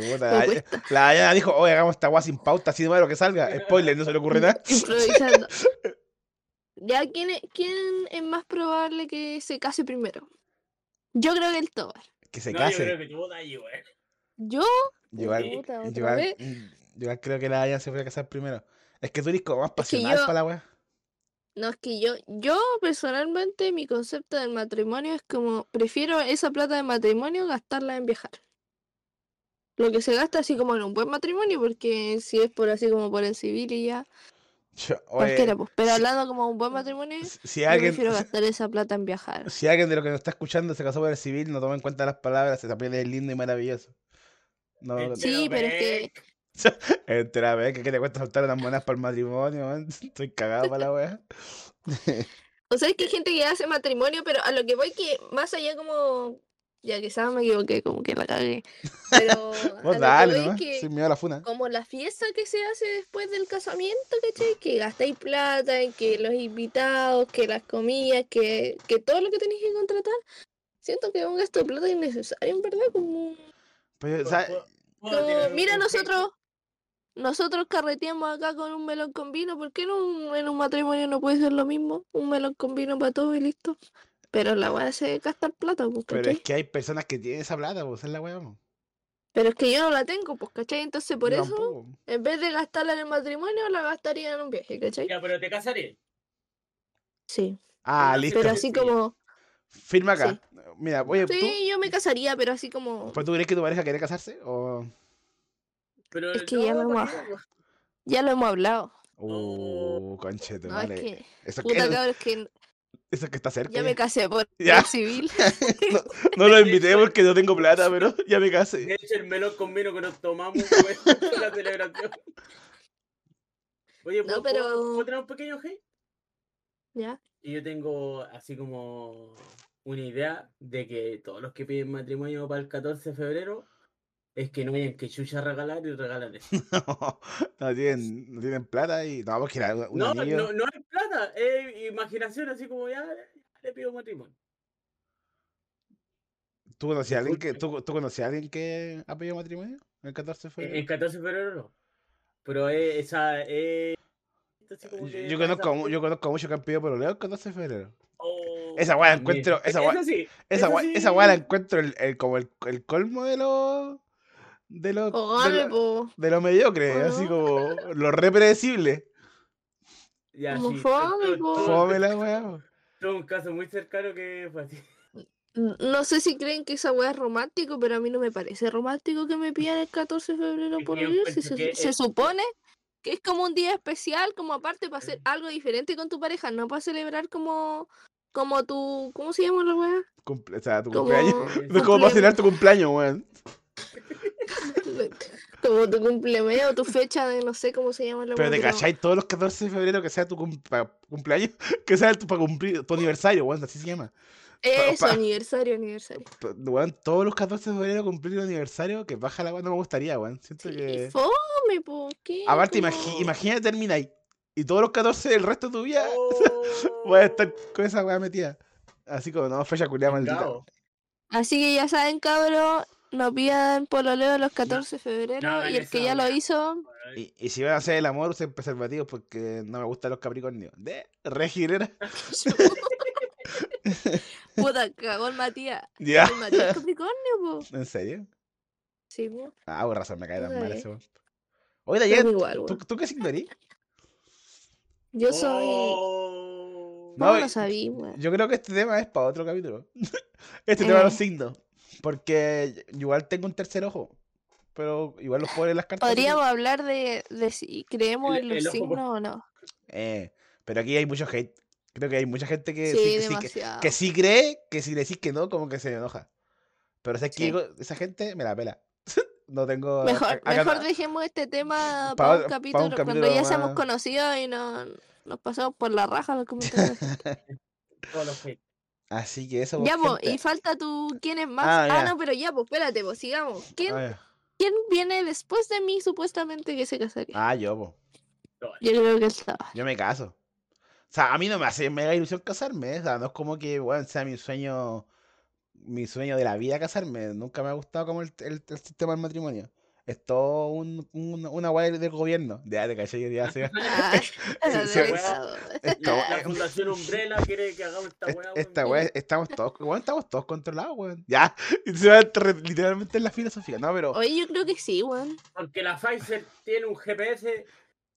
Me la- la Diana dijo, oye, hagamos esta guay sin pauta, así nomás lo que salga. Spoiler, no se le ocurre nada. Improvisando. Ya, ¿quién es, ¿quién es más probable que se case primero? Yo creo que el Tobar. Que se no, case. yo creo que tú votas ahí, güey. Yo, Yo igual, Puta, yo otra igual- vez. mm, yo igual creo que la Dayan se fue a casar primero. Es que tú eres como más Es que pasional yo- para la weá. no es que yo, yo personalmente mi concepto del matrimonio es como, prefiero esa plata de matrimonio gastarla en viajar. Lo que se gasta así como en un buen matrimonio, porque si es por así como por el civil y ya, Yo- oye, cualquiera, pues. Pero si- hablando como un buen matrimonio, yo si- si alguien, prefiero gastar esa plata en viajar. si alguien de lo que nos está escuchando se casó por el civil, no toma en cuenta las palabras, se piel es lindo y maravilloso. No, Eh, Sí, pero es que- entera vez que te cuesta soltar unas monedas para el matrimonio, man? estoy cagado para la weá. O sea, es que hay gente que hace matrimonio, pero a lo que voy que más allá como... Ya quizás me equivoqué, como que la cagué. Pero a lo Vos que dale, voy nomás, que- sin miedo a la funa. como la fiesta que se hace después del casamiento, ¿cachai? Que gastáis plata, en que los invitados, que las comidas, que, que todo lo que tenéis que contratar. Siento que es un gasto de plata innecesario, en verdad, como... Pero, o sea, como, mira, nosotros... Nosotros carreteamos acá con un melón con vino, ¿por qué en un, en un matrimonio no puede ser lo mismo? Un melón con vino para todos y listo. Pero la weá se gastar plata, pues, pero es ¿cachai? que hay personas que tienen esa plata, pues es la weá. po. Pero es que yo no la tengo, pues, ¿cachai? Entonces por Yo eso, tampoco. en vez de gastarla en el matrimonio, la gastaría en un viaje, ¿cachai? Ya, pero te casaré. Sí. Ah, Pero listo. Pero así Sí. como, Firma acá. Mira, oye, tú. sí, yo me casaría, pero así como, ¿Pues tú crees que tu pareja quiere casarse? ¿O Pero Es que ya ¿para me voy a- qué, güey? Ya lo hemos hablado. Uh, conchete, Oh. No, es vale. que. Eso, que, Puta eso, cabrón, es que eso que está cerca. ya me ya. casé por Ya. por civil. no, no lo invité porque no tengo plata, pero ya me casé. De hecho, el melón con vino que nos tomamos fue la celebración. Oye, ¿puedo, No, puedo- pero- puedo tener un pequeño hate? Ya. Y yo tengo así como una idea de que todos los que piden matrimonio para el 14 de febrero es que no hayan que chucha regalar y regalan eso. No, tienen, no tienen plata y. No, porque era un un No, anillo. no, no es plata, es imaginación, así como ya le pido matrimonio. ¿Tú conocías a alguien que, Disculpe. tú, tú conocías a alguien que ha pedido matrimonio? El 14 de El febrero. el 14 de febrero no. Pero es esa. Es, así como Yo, que yo para eh, esa conozco, a mu- fecha. yo conozco a muchos que han pedido pololeo el 14 de febrero. Oh, Esa weá la también. encuentro- esa Eso weá- sí, Esa eso weá, esa weá la sí. encuentro el- el- como el, el colmo de los. de los. Hombre, de, lo, Oh, po. de lo mediocre, ¿O así no? como. lo repredecible. Ya, Como sí, tú- fome, tú- po. tú- Fome la weá. po. Tuve un caso muy cercano que fue así. N- No sé si creen que esa weá es romántico, pero a mí no me parece romántico que me pidan el 14 de febrero Es por que yo Dios. Si encuentro se, que se es- supone que es como un día especial, como aparte para hacer algo diferente con tu pareja, no para celebrar como, como tu. ¿Cómo se llama la weá? Cumple- o sea, tu Como, cumpleaños. No es como Cumple- para celebrar tu cumpleaños, weón. como tu cumpleaños o tu fecha de no sé cómo se llama la Pero weá, te cacháis todos los 14 de febrero que sea tu cum- pa- cumpleaños, que sea tu, para cumplir tu aniversario, weón, así se llama. Eso, pa- aniversario, aniversario. P- Weón, todos los 14 de febrero cumplir el aniversario, que baja la weón, no me gustaría, weón. Siento Sí, que. fome, po. ¿qué? Aparte, imagi- Como- imagínate termináis. Y todos los 14 del resto de tu vida Oh, voy a estar con esa weá metida. Así como no, fecha culiada maldita. chingao. Así que ya saben, cabros, no pidan pololeo los 14 de febrero no hagan y el que esa ya lo weá. hizo, Y, y si van a hacer el amor, usen preservativos porque no me gustan los capricornios. De regirera. puta, cagó el Matías. Ya. El Matías es Capricornio, po. ¿En serio? Sí, po. Ah, por razón, me cae tan Puta, mal eh. ese weón. Oye, Pero Dayan, igual, Ah, ¿tú, weón. ¿tú qué signo eres? Yo soy. Oh. No, ¿Cómo y- lo sabí, weón? Yo creo que este tema es para otro capítulo. Este tema de los Eh. signos. Porque yo igual tengo un tercer ojo. Pero igual los puedo leer las cartas. así que- Podríamos hablar de, de si creemos El- en los el ojo por- signos o no. Eh, pero aquí hay mucho hate. Creo que hay mucha gente que Sí, sí, que sí- que, demasiado. que sí cree que si le decís que no, como que se enoja. Pero ¿sabes qué? Sí. Digo, Esa gente me la pela. No tengo. Mejor, acá- mejor acá- dejemos este tema Pa' para otro- un, pa' un capítulo cuando capítulo ya seamos más. conocidos y no, nos pasamos por la raja los comentarios. Todos los hate. Así que eso. ya, pues, gente. y falta tú, ¿quién es más? Ah, Ah, ya. no, pero ya, pues, espérate, pues, sigamos. ¿Quién, Ah, ya. ¿Quién viene después de mí supuestamente que se casaría? Ah, yo, po. Todos. Yo creo que estaba. Yo me caso. O sea, a mí no me hace mega ilusión casarme. ¿eh? O sea, no es como que, bueno, sea mi sueño. Mi sueño de la vida casarme. Nunca me ha gustado como el, el- el sistema del matrimonio. Es todo un, un- una guay del gobierno. Ya te caché, ya se Ah, sí, sí. adelantado. Esta La, la weá- Fundación Umbrella quiere que hagamos esta eh, es- weá. Esta weón. weá, estamos todos, weón, estamos todos controlados, weón. Ya, y se va a re- literalmente en la filosofía, no, pero. Oye, yo creo que sí, weón. Porque la Pfizer tiene un GPS.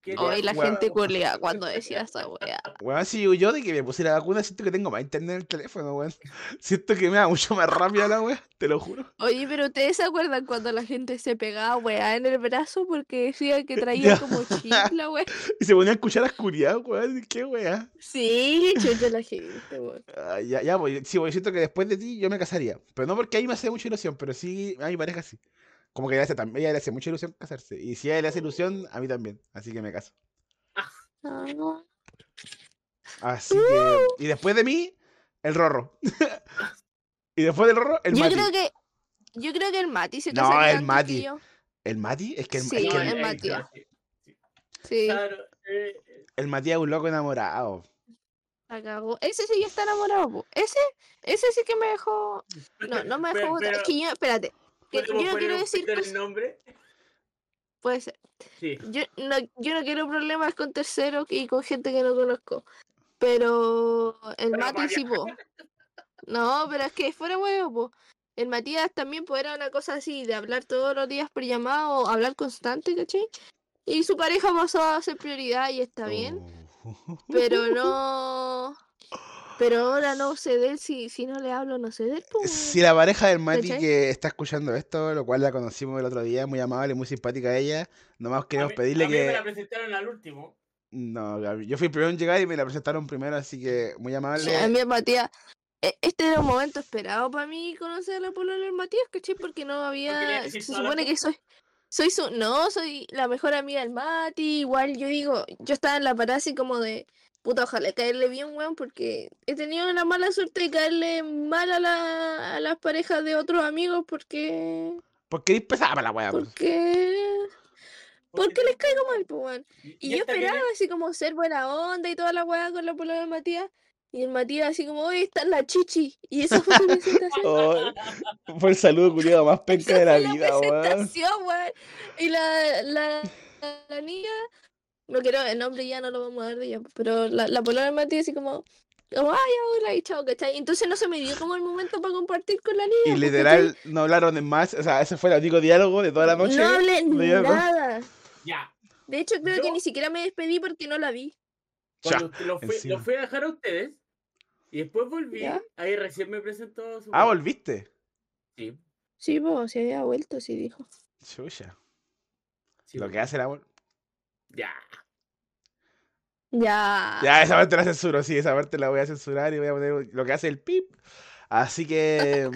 que te Hoy la ayuda, Weón. gente weón. culia cuando decía esa weá. Weón, si yo, yo de que me puse la vacuna, siento que tengo más internet en el teléfono, weón. Siento que me da mucho más rápido la weá, te lo juro. Oye, pero ¿ustedes se acuerdan cuando la gente se pegaba weá en el brazo porque decía que Ya. traía como chip la weá? Y se ponía a escuchar a curiadas, weón. Qué weá. Sí, chucha la gente, weón. Ah, ya, ya, pues, sí, pues, siento que después de ti yo me casaría. Pero no porque a mí me hace mucha ilusión, pero sí a mi pareja sí. Como que ella, hace, tam- ella le hace mucha ilusión casarse. Y si a ella le hace ilusión, a mí también. Así que me caso. Ah, no. Así que. Y después de mí, el rorro. y después del rorro, el yo Mati. creo que yo creo que el Mati se No, casaría el antes Mati. que yo. El Mati, es que el, es Sí, que No, el, es ahí, eh, Matías. claro, sí, Sí, Claro, eh, eh, el Mati es un loco enamorado. la cagó. Ese sí que está enamorado, po. Ese, ese sí que me dejó. No, no me Pero- dejó votar. Es pero- que yo, espérate. Que yo ¿podemos no poner quiero un decir filtro en el cosas- nombre? Puede ser. Sí. Yo no, yo no quiero problemas con terceros y con gente que no conozco. Pero el Pero Mati sí, po. No, pero es que fuera huevo, po. El Matías también, pues era una cosa así, de hablar todos los días por llamado, o hablar constante, ¿cachai? Y su Uh. pareja pasó a ser prioridad y está bien. Oh. Pero no. Pero ahora no sé de él, si, si no le hablo, no sé de él. po, Si la pareja del Mati ¿Cachai? que está escuchando esto, lo cual la conocimos el otro día, muy amable, muy simpática ella, nomás A queremos mí- pedirle a mí que... me la presentaron al último. No, Gaby, yo fui el primero en llegar y me la presentaron primero, así que muy Sí, amable. A mí el Matías, e- este era un momento esperado para mí conocer la polola del Matías, ¿cachai? Porque no había, decir se todas las supone que soy, soy su, no, soy la mejor amiga del Mati, igual yo digo, yo estaba en la parada así como de, puta, ojalá caerle bien, weón, porque he tenido la mala suerte de caerle mal a, la, a las parejas de otros amigos porque, Porque eres pesada para la weá, pues. porque, porque les caigo mal, pues, weón. Y yo esta esperaba viene- así como ser buena onda y toda la weá con la polola de Matías. Y el Matías así como, oye, está en la chichi. Y esa fue su presentación. Oh, fue el saludo culiado más penca Esa de la fue la vida, weón. presentación, weón. Y la, la, la niña, no quiero el nombre ya no lo vamos a dar de ella, pero la, la polola de Matías así como, como, ay, hola y chao, ¿cachai? Entonces no se me dio como el momento para compartir con la niña. Y pues, literal, no hablaron de más, o sea, ese fue el único diálogo de toda la ¿cachai? noche. No hablé de ella, ¿no? nada. Ya. De hecho, creo que Yo- ni siquiera me despedí porque no la vi. Ya, Cuando lo, fui, encima. lo fui a dejar a ustedes y después volví. Ya. Ahí recién me presentó su. Ah, volviste. Sí, Sí, pues, se había vuelto, sí dijo. Chucha. sí, Lo que hace la weón. Ya. Ya. Ya, esa parte la censuro, sí, esa parte la voy a censurar y voy a poner lo que hace el pip. Así que.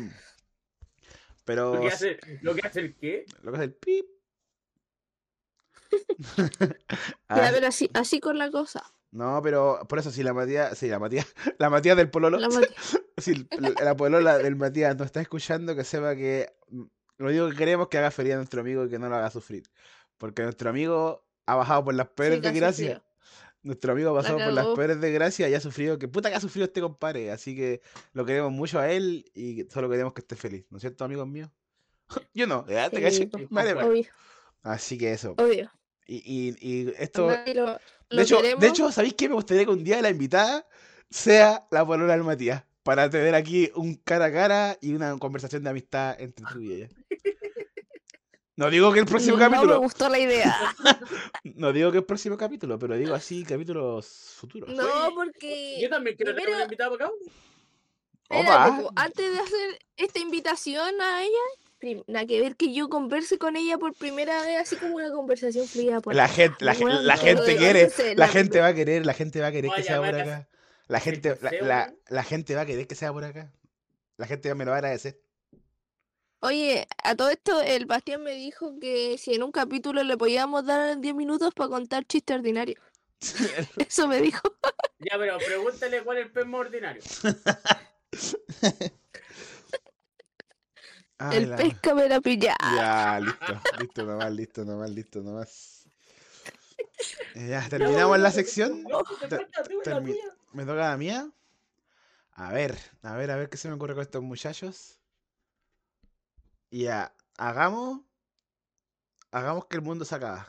Pero. Lo que, hace, lo que hace el qué? Lo que hace el pip. Ya, Así- pero así, así con la cosa. No, pero por eso, si la Matías, si la Matías, la Matías del Pololo, La Mati- si el- la, la Polola del Matías nos está escuchando, que sepa que mm, lo único que queremos es que haga feliz a nuestro amigo y que no lo haga sufrir. Porque nuestro amigo ha bajado por las peores casi desgracias. frío. Nuestro amigo ha pasado por las cagó. peores desgracias y ha sufrido, que puta que ha sufrido este compadre. Así que lo queremos mucho a él y solo queremos que esté feliz, ¿no es cierto, amigos míos? Yo no, ya te Sí, caché, pues, vale, bueno. Obvio, Así que eso. obvio. Y, y, y esto. Mati, lo, De lo hecho, queremos. de hecho, ¿sabéis qué? Me gustaría que un día la invitada sea la polola del Matías. Para tener aquí un cara a cara y una conversación de amistad entre tú y ella. No digo que el próximo no me capítulo. gustó la idea. No digo que el próximo capítulo, pero digo así capítulos futuros. No, Oye, porque Yo también quiero tener un primero- invitado para acá. espérate, Opa. po, antes de hacer esta invitación a ella, prim- nada que ver que yo converse con ella por primera vez, así como una conversación fría. Por La gente, la, Bueno, la no, gente de- quiere, entonces, la la- gente va a querer, la gente va a querer Voy que a sea por llamar a- acá. La gente, la, Eliseo, la- ¿no? la gente va a querer que sea por acá. La gente me lo va a agradecer. Oye, a todo esto, el Bastián me dijo que si en un capítulo le podíamos dar 10 minutos para contar chiste ordinario. Eso me dijo. Ya, pero pregúntale cuál es el pez más ordinario. Ay, el Ah, la- pesca me la pillaba. Ya, Ah. listo, listo nomás, listo nomás, listo nomás. Eh, Ya, terminamos la sección. No, te Te- falta tú en la termi- tuya. Me toca la mía. A ver, a ver, a ver qué se me ocurre con estos muchachos. Ya, hagamos. Hagamos que el mundo se acaba.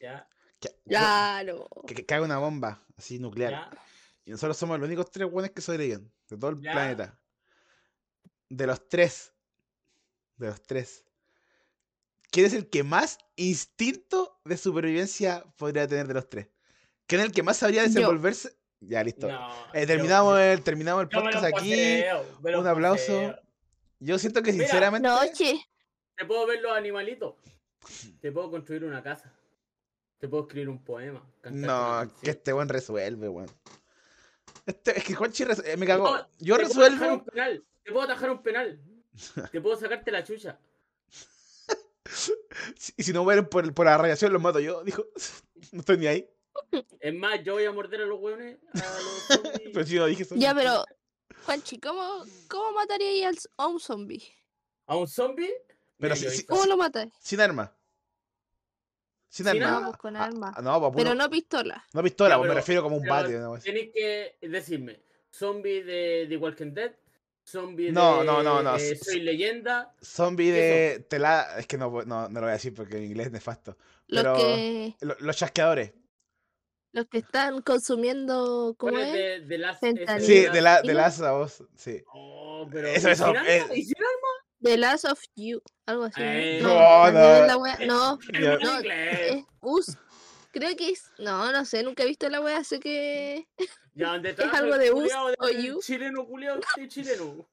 Ya, Que, Claro. que- que caiga una bomba así nuclear. ya. Y nosotros somos los únicos tres buenos que sobreviven de todo el Ya. planeta. De los tres. De los tres. ¿Quién es el que más instinto de supervivencia podría tener de los tres? ¿Quién es el que más sabría Yo. desenvolverse? Ya, listo. No, Eh, yo- terminamos, yo- el, terminamos el yo me lo podcast aquí. paseo, me lo Un aplauso. paseo. Yo siento que Mira. sinceramente. Noche. Te puedo ver los animalitos. Mm. Te puedo construir una casa. Te puedo escribir un poema. cantarte una No, que canción. este buen resuelve, weón. Este- es que Juanchi resu- eh, me cagó. No, Yo te puedo atajar resuelvo. un penal, Te puedo atajar un penal. Te puedo sacarte la chucha. Y si no mueren por, por la radiación, los mato yo. Dijo, no estoy ni ahí. Es más, yo voy a morder a los hueones. A los zombies. Pero si yo dije Ya, zombie. pero, Juanchi, ¿cómo, cómo mataríais al s- a un zombie? ¿A un zombie? Pero Mira, si- yo si- hice- ¿Cómo lo matáis? Sin arma. Sin Sin arma. arma. No, pues, con Ah, arma. ah, no, pues, Pero puro- no pistola. no pistola, Ya, pues, me pero- refiero como un pero bate. una cosa así. Tenéis que decirme, zombie de The Walking Dead, zombie No, de no, no, no, eh, s- Soy Leyenda, Zombie ¿qué de tela. Es que no, no, no lo voy a decir porque en inglés es nefasto. Los Pero- que Lo- los chasqueadores. los que están consumiendo, ¿cómo ¿cuál es es? de, de las... Fentanil. Sí, de la, de ¿Sí? las a vos. Sí. Oh, pero... Eso, ¿y eso, sin arma? eh. ¿Y sin arma? The Last of You, algo así. Eh, No, no, Daniel, no. la wea- no, Ya. Hermano No, inglés. es Us. Creo que es. No, no sé, nunca he visto la wea, sé que. Ya, donde Es algo de us o you. you. Chileno culiado, este chileno.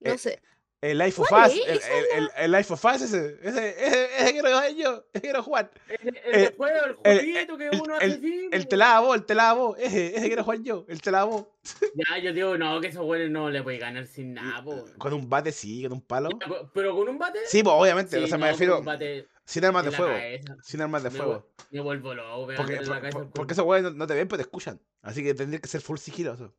No Eh, sé. El Life of ¿Cuál Us, el, es? el, el, el Life of Us ese, ese, ese, ese quiero jugar yo, ese quiero jugar. El, el, Eh, de juego, el el- juguito que el- uno hace así, El po. te lavo, el te lavo, ese, ese quiero jugar yo, el te lavo. Ya, yo digo, no, que esos güeyes no le puede ganar sin nada, po. Con un bate sí, con un palo. Ya, po, Pero con un bate. Sí, pues obviamente, Sí, o sea, no, me con refiero un bate sin armas de en la fuego, cabeza. sin armas de Me fuego. vu- Me vuelvo loco, Porque, pegándole en la por- cabeza por- al porque culo. esos weones no- no te ven, pero te escuchan. Así que tendría que ser full sigiloso.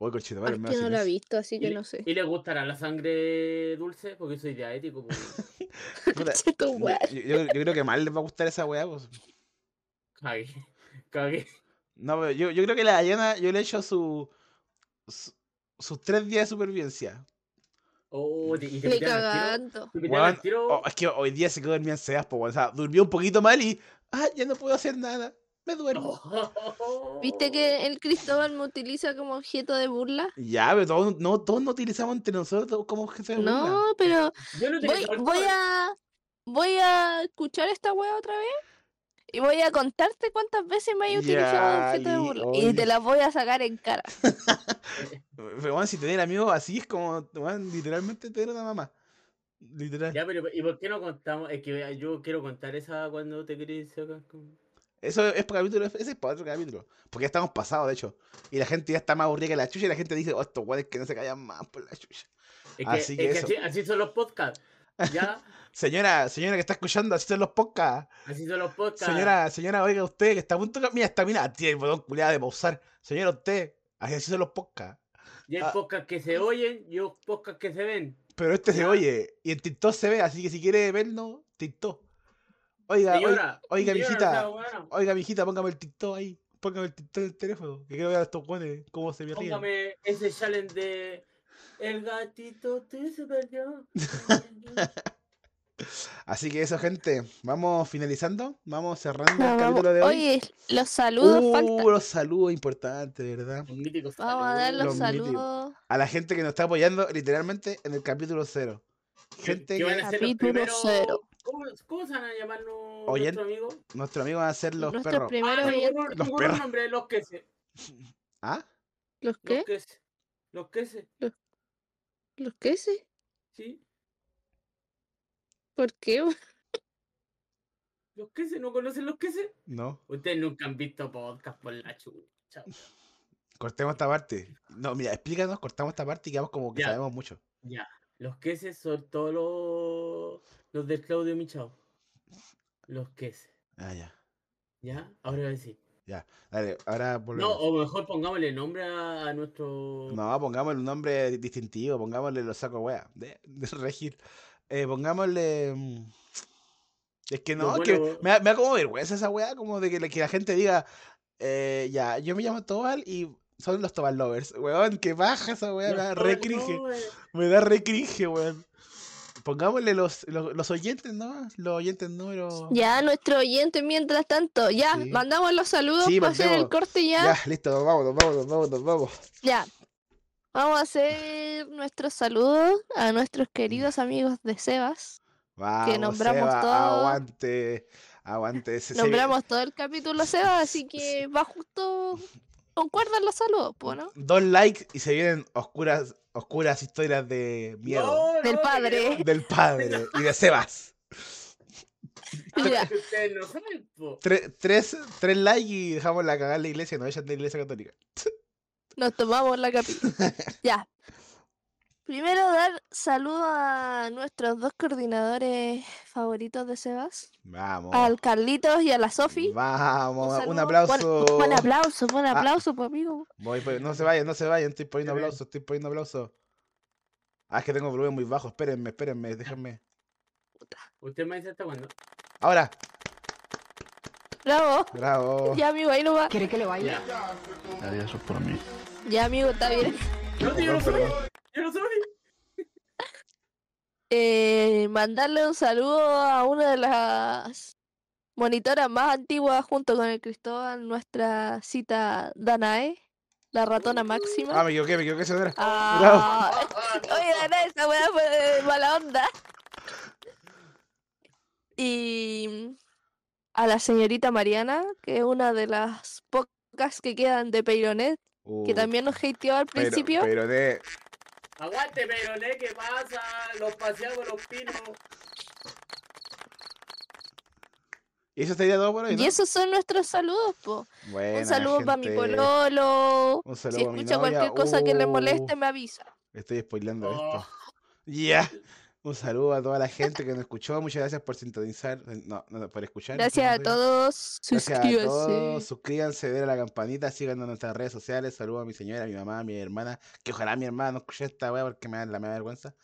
Uy, cochito, Es vale, me da que no la he silencio. visto, así que le- no sé. ¿Y les gustará la sangre dulce? Porque soy diabético, po. Puta, Che, tu yo- wea. yo, yo- yo creo que más les va a gustar esa weá, pues. Cagué. Cagué. No, pero yo, yo creo que la Dayana, yo le he hecho su, su- sus tres días de supervivencia. Oh, te- y te Ni pitean al tiro. cagando. Te pitean al Weón, tiro. Oh, es que hoy día se quedó dormida en sedas, pues, o sea, durmió un poquito mal y, ah, ya no puedo hacer nada, me duermo. Oh. ¿Viste que el Cristóbal me utiliza como objeto de burla? Ya, pero todos no, todos no utilizamos entre nosotros como objeto de burla. No, pero Yo no te voy, voy a voy a escuchar esta wea otra vez y voy a contarte cuántas veces me he utilizado de Ya, objeto de li- burla oye. y te las voy a sacar en cara. Pero, weón, si tener amigos así es como, weón, literalmente tener una mamá. Literal. Ya, pero ¿y por qué no contamos? Es que vea, yo quiero contar esa cuando te querés sacar con- Eso es para capítulo, ese es para otro capítulo. Porque ya estamos pasados, de hecho. Y la gente ya está más aburrida que la chucha y la gente dice, oh, estos weones que no se callan más por la chucha. Es que, Así que es que eso. así, así son los podcasts. Ya, Señora, señora que está escuchando, así son los podcasts. así son los podcasts. Señora, señora, oiga usted que está a punto de... Mira, está, mira, tiene el botón culiado de pausar. Señora, usted, así así son los podcasts. Y hay ah. podcasts que se oyen y hay podcasts que se ven. Pero este se Ya. oye y en TikTok se ve, así que si quiere verlo, TikTok. Oiga, oiga, Señora, oiga, señora, mijita. o sea, bueno, Oiga, mijita, póngame el TikTok ahí. Póngame el TikTok del teléfono. Que quiero ver a estos guanes cómo se me ríen. póngame ese challenge de. El gatito te se perdió. Así que eso, gente. Vamos finalizando. Vamos cerrando Nos el vamos. capítulo de hoy. Oye, los saludos faltan. Uh, los saludos importantes, de ¿verdad? Los míticos Vamos a dar los, los míticos. saludos. A la gente que nos está apoyando literalmente en el capítulo cero. Gente que van que a ser los Capítulo primeros- cero. ¿Cómo, cómo se van a llamar nu- Oyen- nuestro amigo? nuestro amigo va a ser los Nuestros perros. primeros Ah, oyentes- ninguno- Los ninguno perros. nombre, los que se. ¿Ah? ¿Los Los qué? que se. Los que se. ¿Los qué sí? Sí. ¿Por qué? Los que se. ¿No conocen los que se? No. Ustedes nunca han visto podcast por la chucha. Cortemos esta parte. No, mira, explícanos, cortamos esta parte y quedamos como que Ya. sabemos mucho. Los que se son todos los. Los del Claudio Michao. Los que se. Ah, ya. ¿Ya? Ahora voy a decir. Dale, ahora No, volvemos. o mejor pongámosle nombre a, a nuestro. No, pongámosle un nombre distintivo, pongámosle los saco wea de, de regir. Eh, pongámosle. mm, Es que no, Lo es que bueno- me, da, me da como vergüenza esa wea, como de que, la- que la gente diga, eh, ya, yo me llamo Tobal y son los Tobal Lovers. Weón, que baja esa wea, me Los da Tobal re cringe, Lovers. me da re cringe, weón. Pongámosle los, los, los oyentes, ¿no? Los oyentes número. Ya, nuestro oyente, mientras tanto, ya, Sí. mandamos los saludos Sí, para hacer el mandemos. corte Ya, ya. listo, nos vamos, nos vamos, nos vamos, nos vamos. Ya. Vamos a hacer nuestros saludos a nuestros queridos amigos de Sebas. Vamos, nombramos todo. Aguante, aguante. se- se vi- Nombramos todo el capítulo Sebas, así que va justo. Concuerdan los saludos, po, ¿no? Dos likes y se vienen oscuras, oscuras historias de miedo No, Del no, padre. que queremos- del padre y de Sebas. Ya. que eh, Ustedes no saben, po. Tre- tres, tres likes y dejamos la cagada en la iglesia, no ella es de la iglesia católica. Nos tomamos la capita. ya. Primero dar saludo a nuestros dos coordinadores favoritos de Sebas, Vamos. al Carlitos y a la Sofi. Oh. Vamos, un, saludo. aplauso. Pon, pon aplauso, pon Ah. aplauso, pues amigo. Voy, voy, no se vayan, no se vayan, estoy poniendo A ver. aplauso, estoy poniendo aplauso. Ah, es que tengo volumen muy bajo, espérenme, espérenme, déjenme. Usted me dice hasta cuándo. Ahora, Bravo. bravo. Ya, amigo, ahí no va. ¿Quiere que le baile? Ya. Adiós, eso es por mí. Ya, amigo, está bien. No, tío, yo no Perdón, soy. perdón. Yo no soy. Eh, mandarle un saludo a una de las monitoras más antiguas junto con el Cristóbal, nuestra cita Danae, la ratona máxima. Ah, me equivoqué, me equivoqué, señora. Ah, Oye, Danae, esa weá fue de mala onda. Y a la señorita Mariana, que es una de las pocas que quedan de Peyronet, que Uh, también nos hateó al pero- principio. Pero, de. Aguante, Peroné, ¿qué pasa? Los paseamos los pinos. Y eso sería todo por hoy. ¿no? Y esos son nuestros saludos, po. Buena, Un saludo para mi gente. pololo. Un Si saludo pa' mi escucha novia. cualquier cosa que le Uh, moleste, me avisa. Estoy spoileando Oh. esto. Ya. Un saludo a toda la gente que nos escuchó. Muchas gracias por sintonizar. No, no por escuchar. Gracias a entonces, ¿no? todos. pues, Gracias a todos. Suscríbase. Suscríbanse, denle a la campanita, síganos en nuestras redes sociales. Saludos a mi señora, a mi mamá, a mi hermana. Que ojalá mi hermana no escuche esta wea porque me da la mea vergüenza.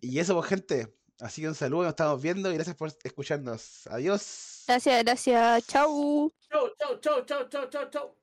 Y eso, pues, gente. Así que un saludo, nos estamos viendo y gracias por escucharnos. Adiós. Gracias, gracias. Chau. Chau, chau, chau, chau, chau, chau, chau.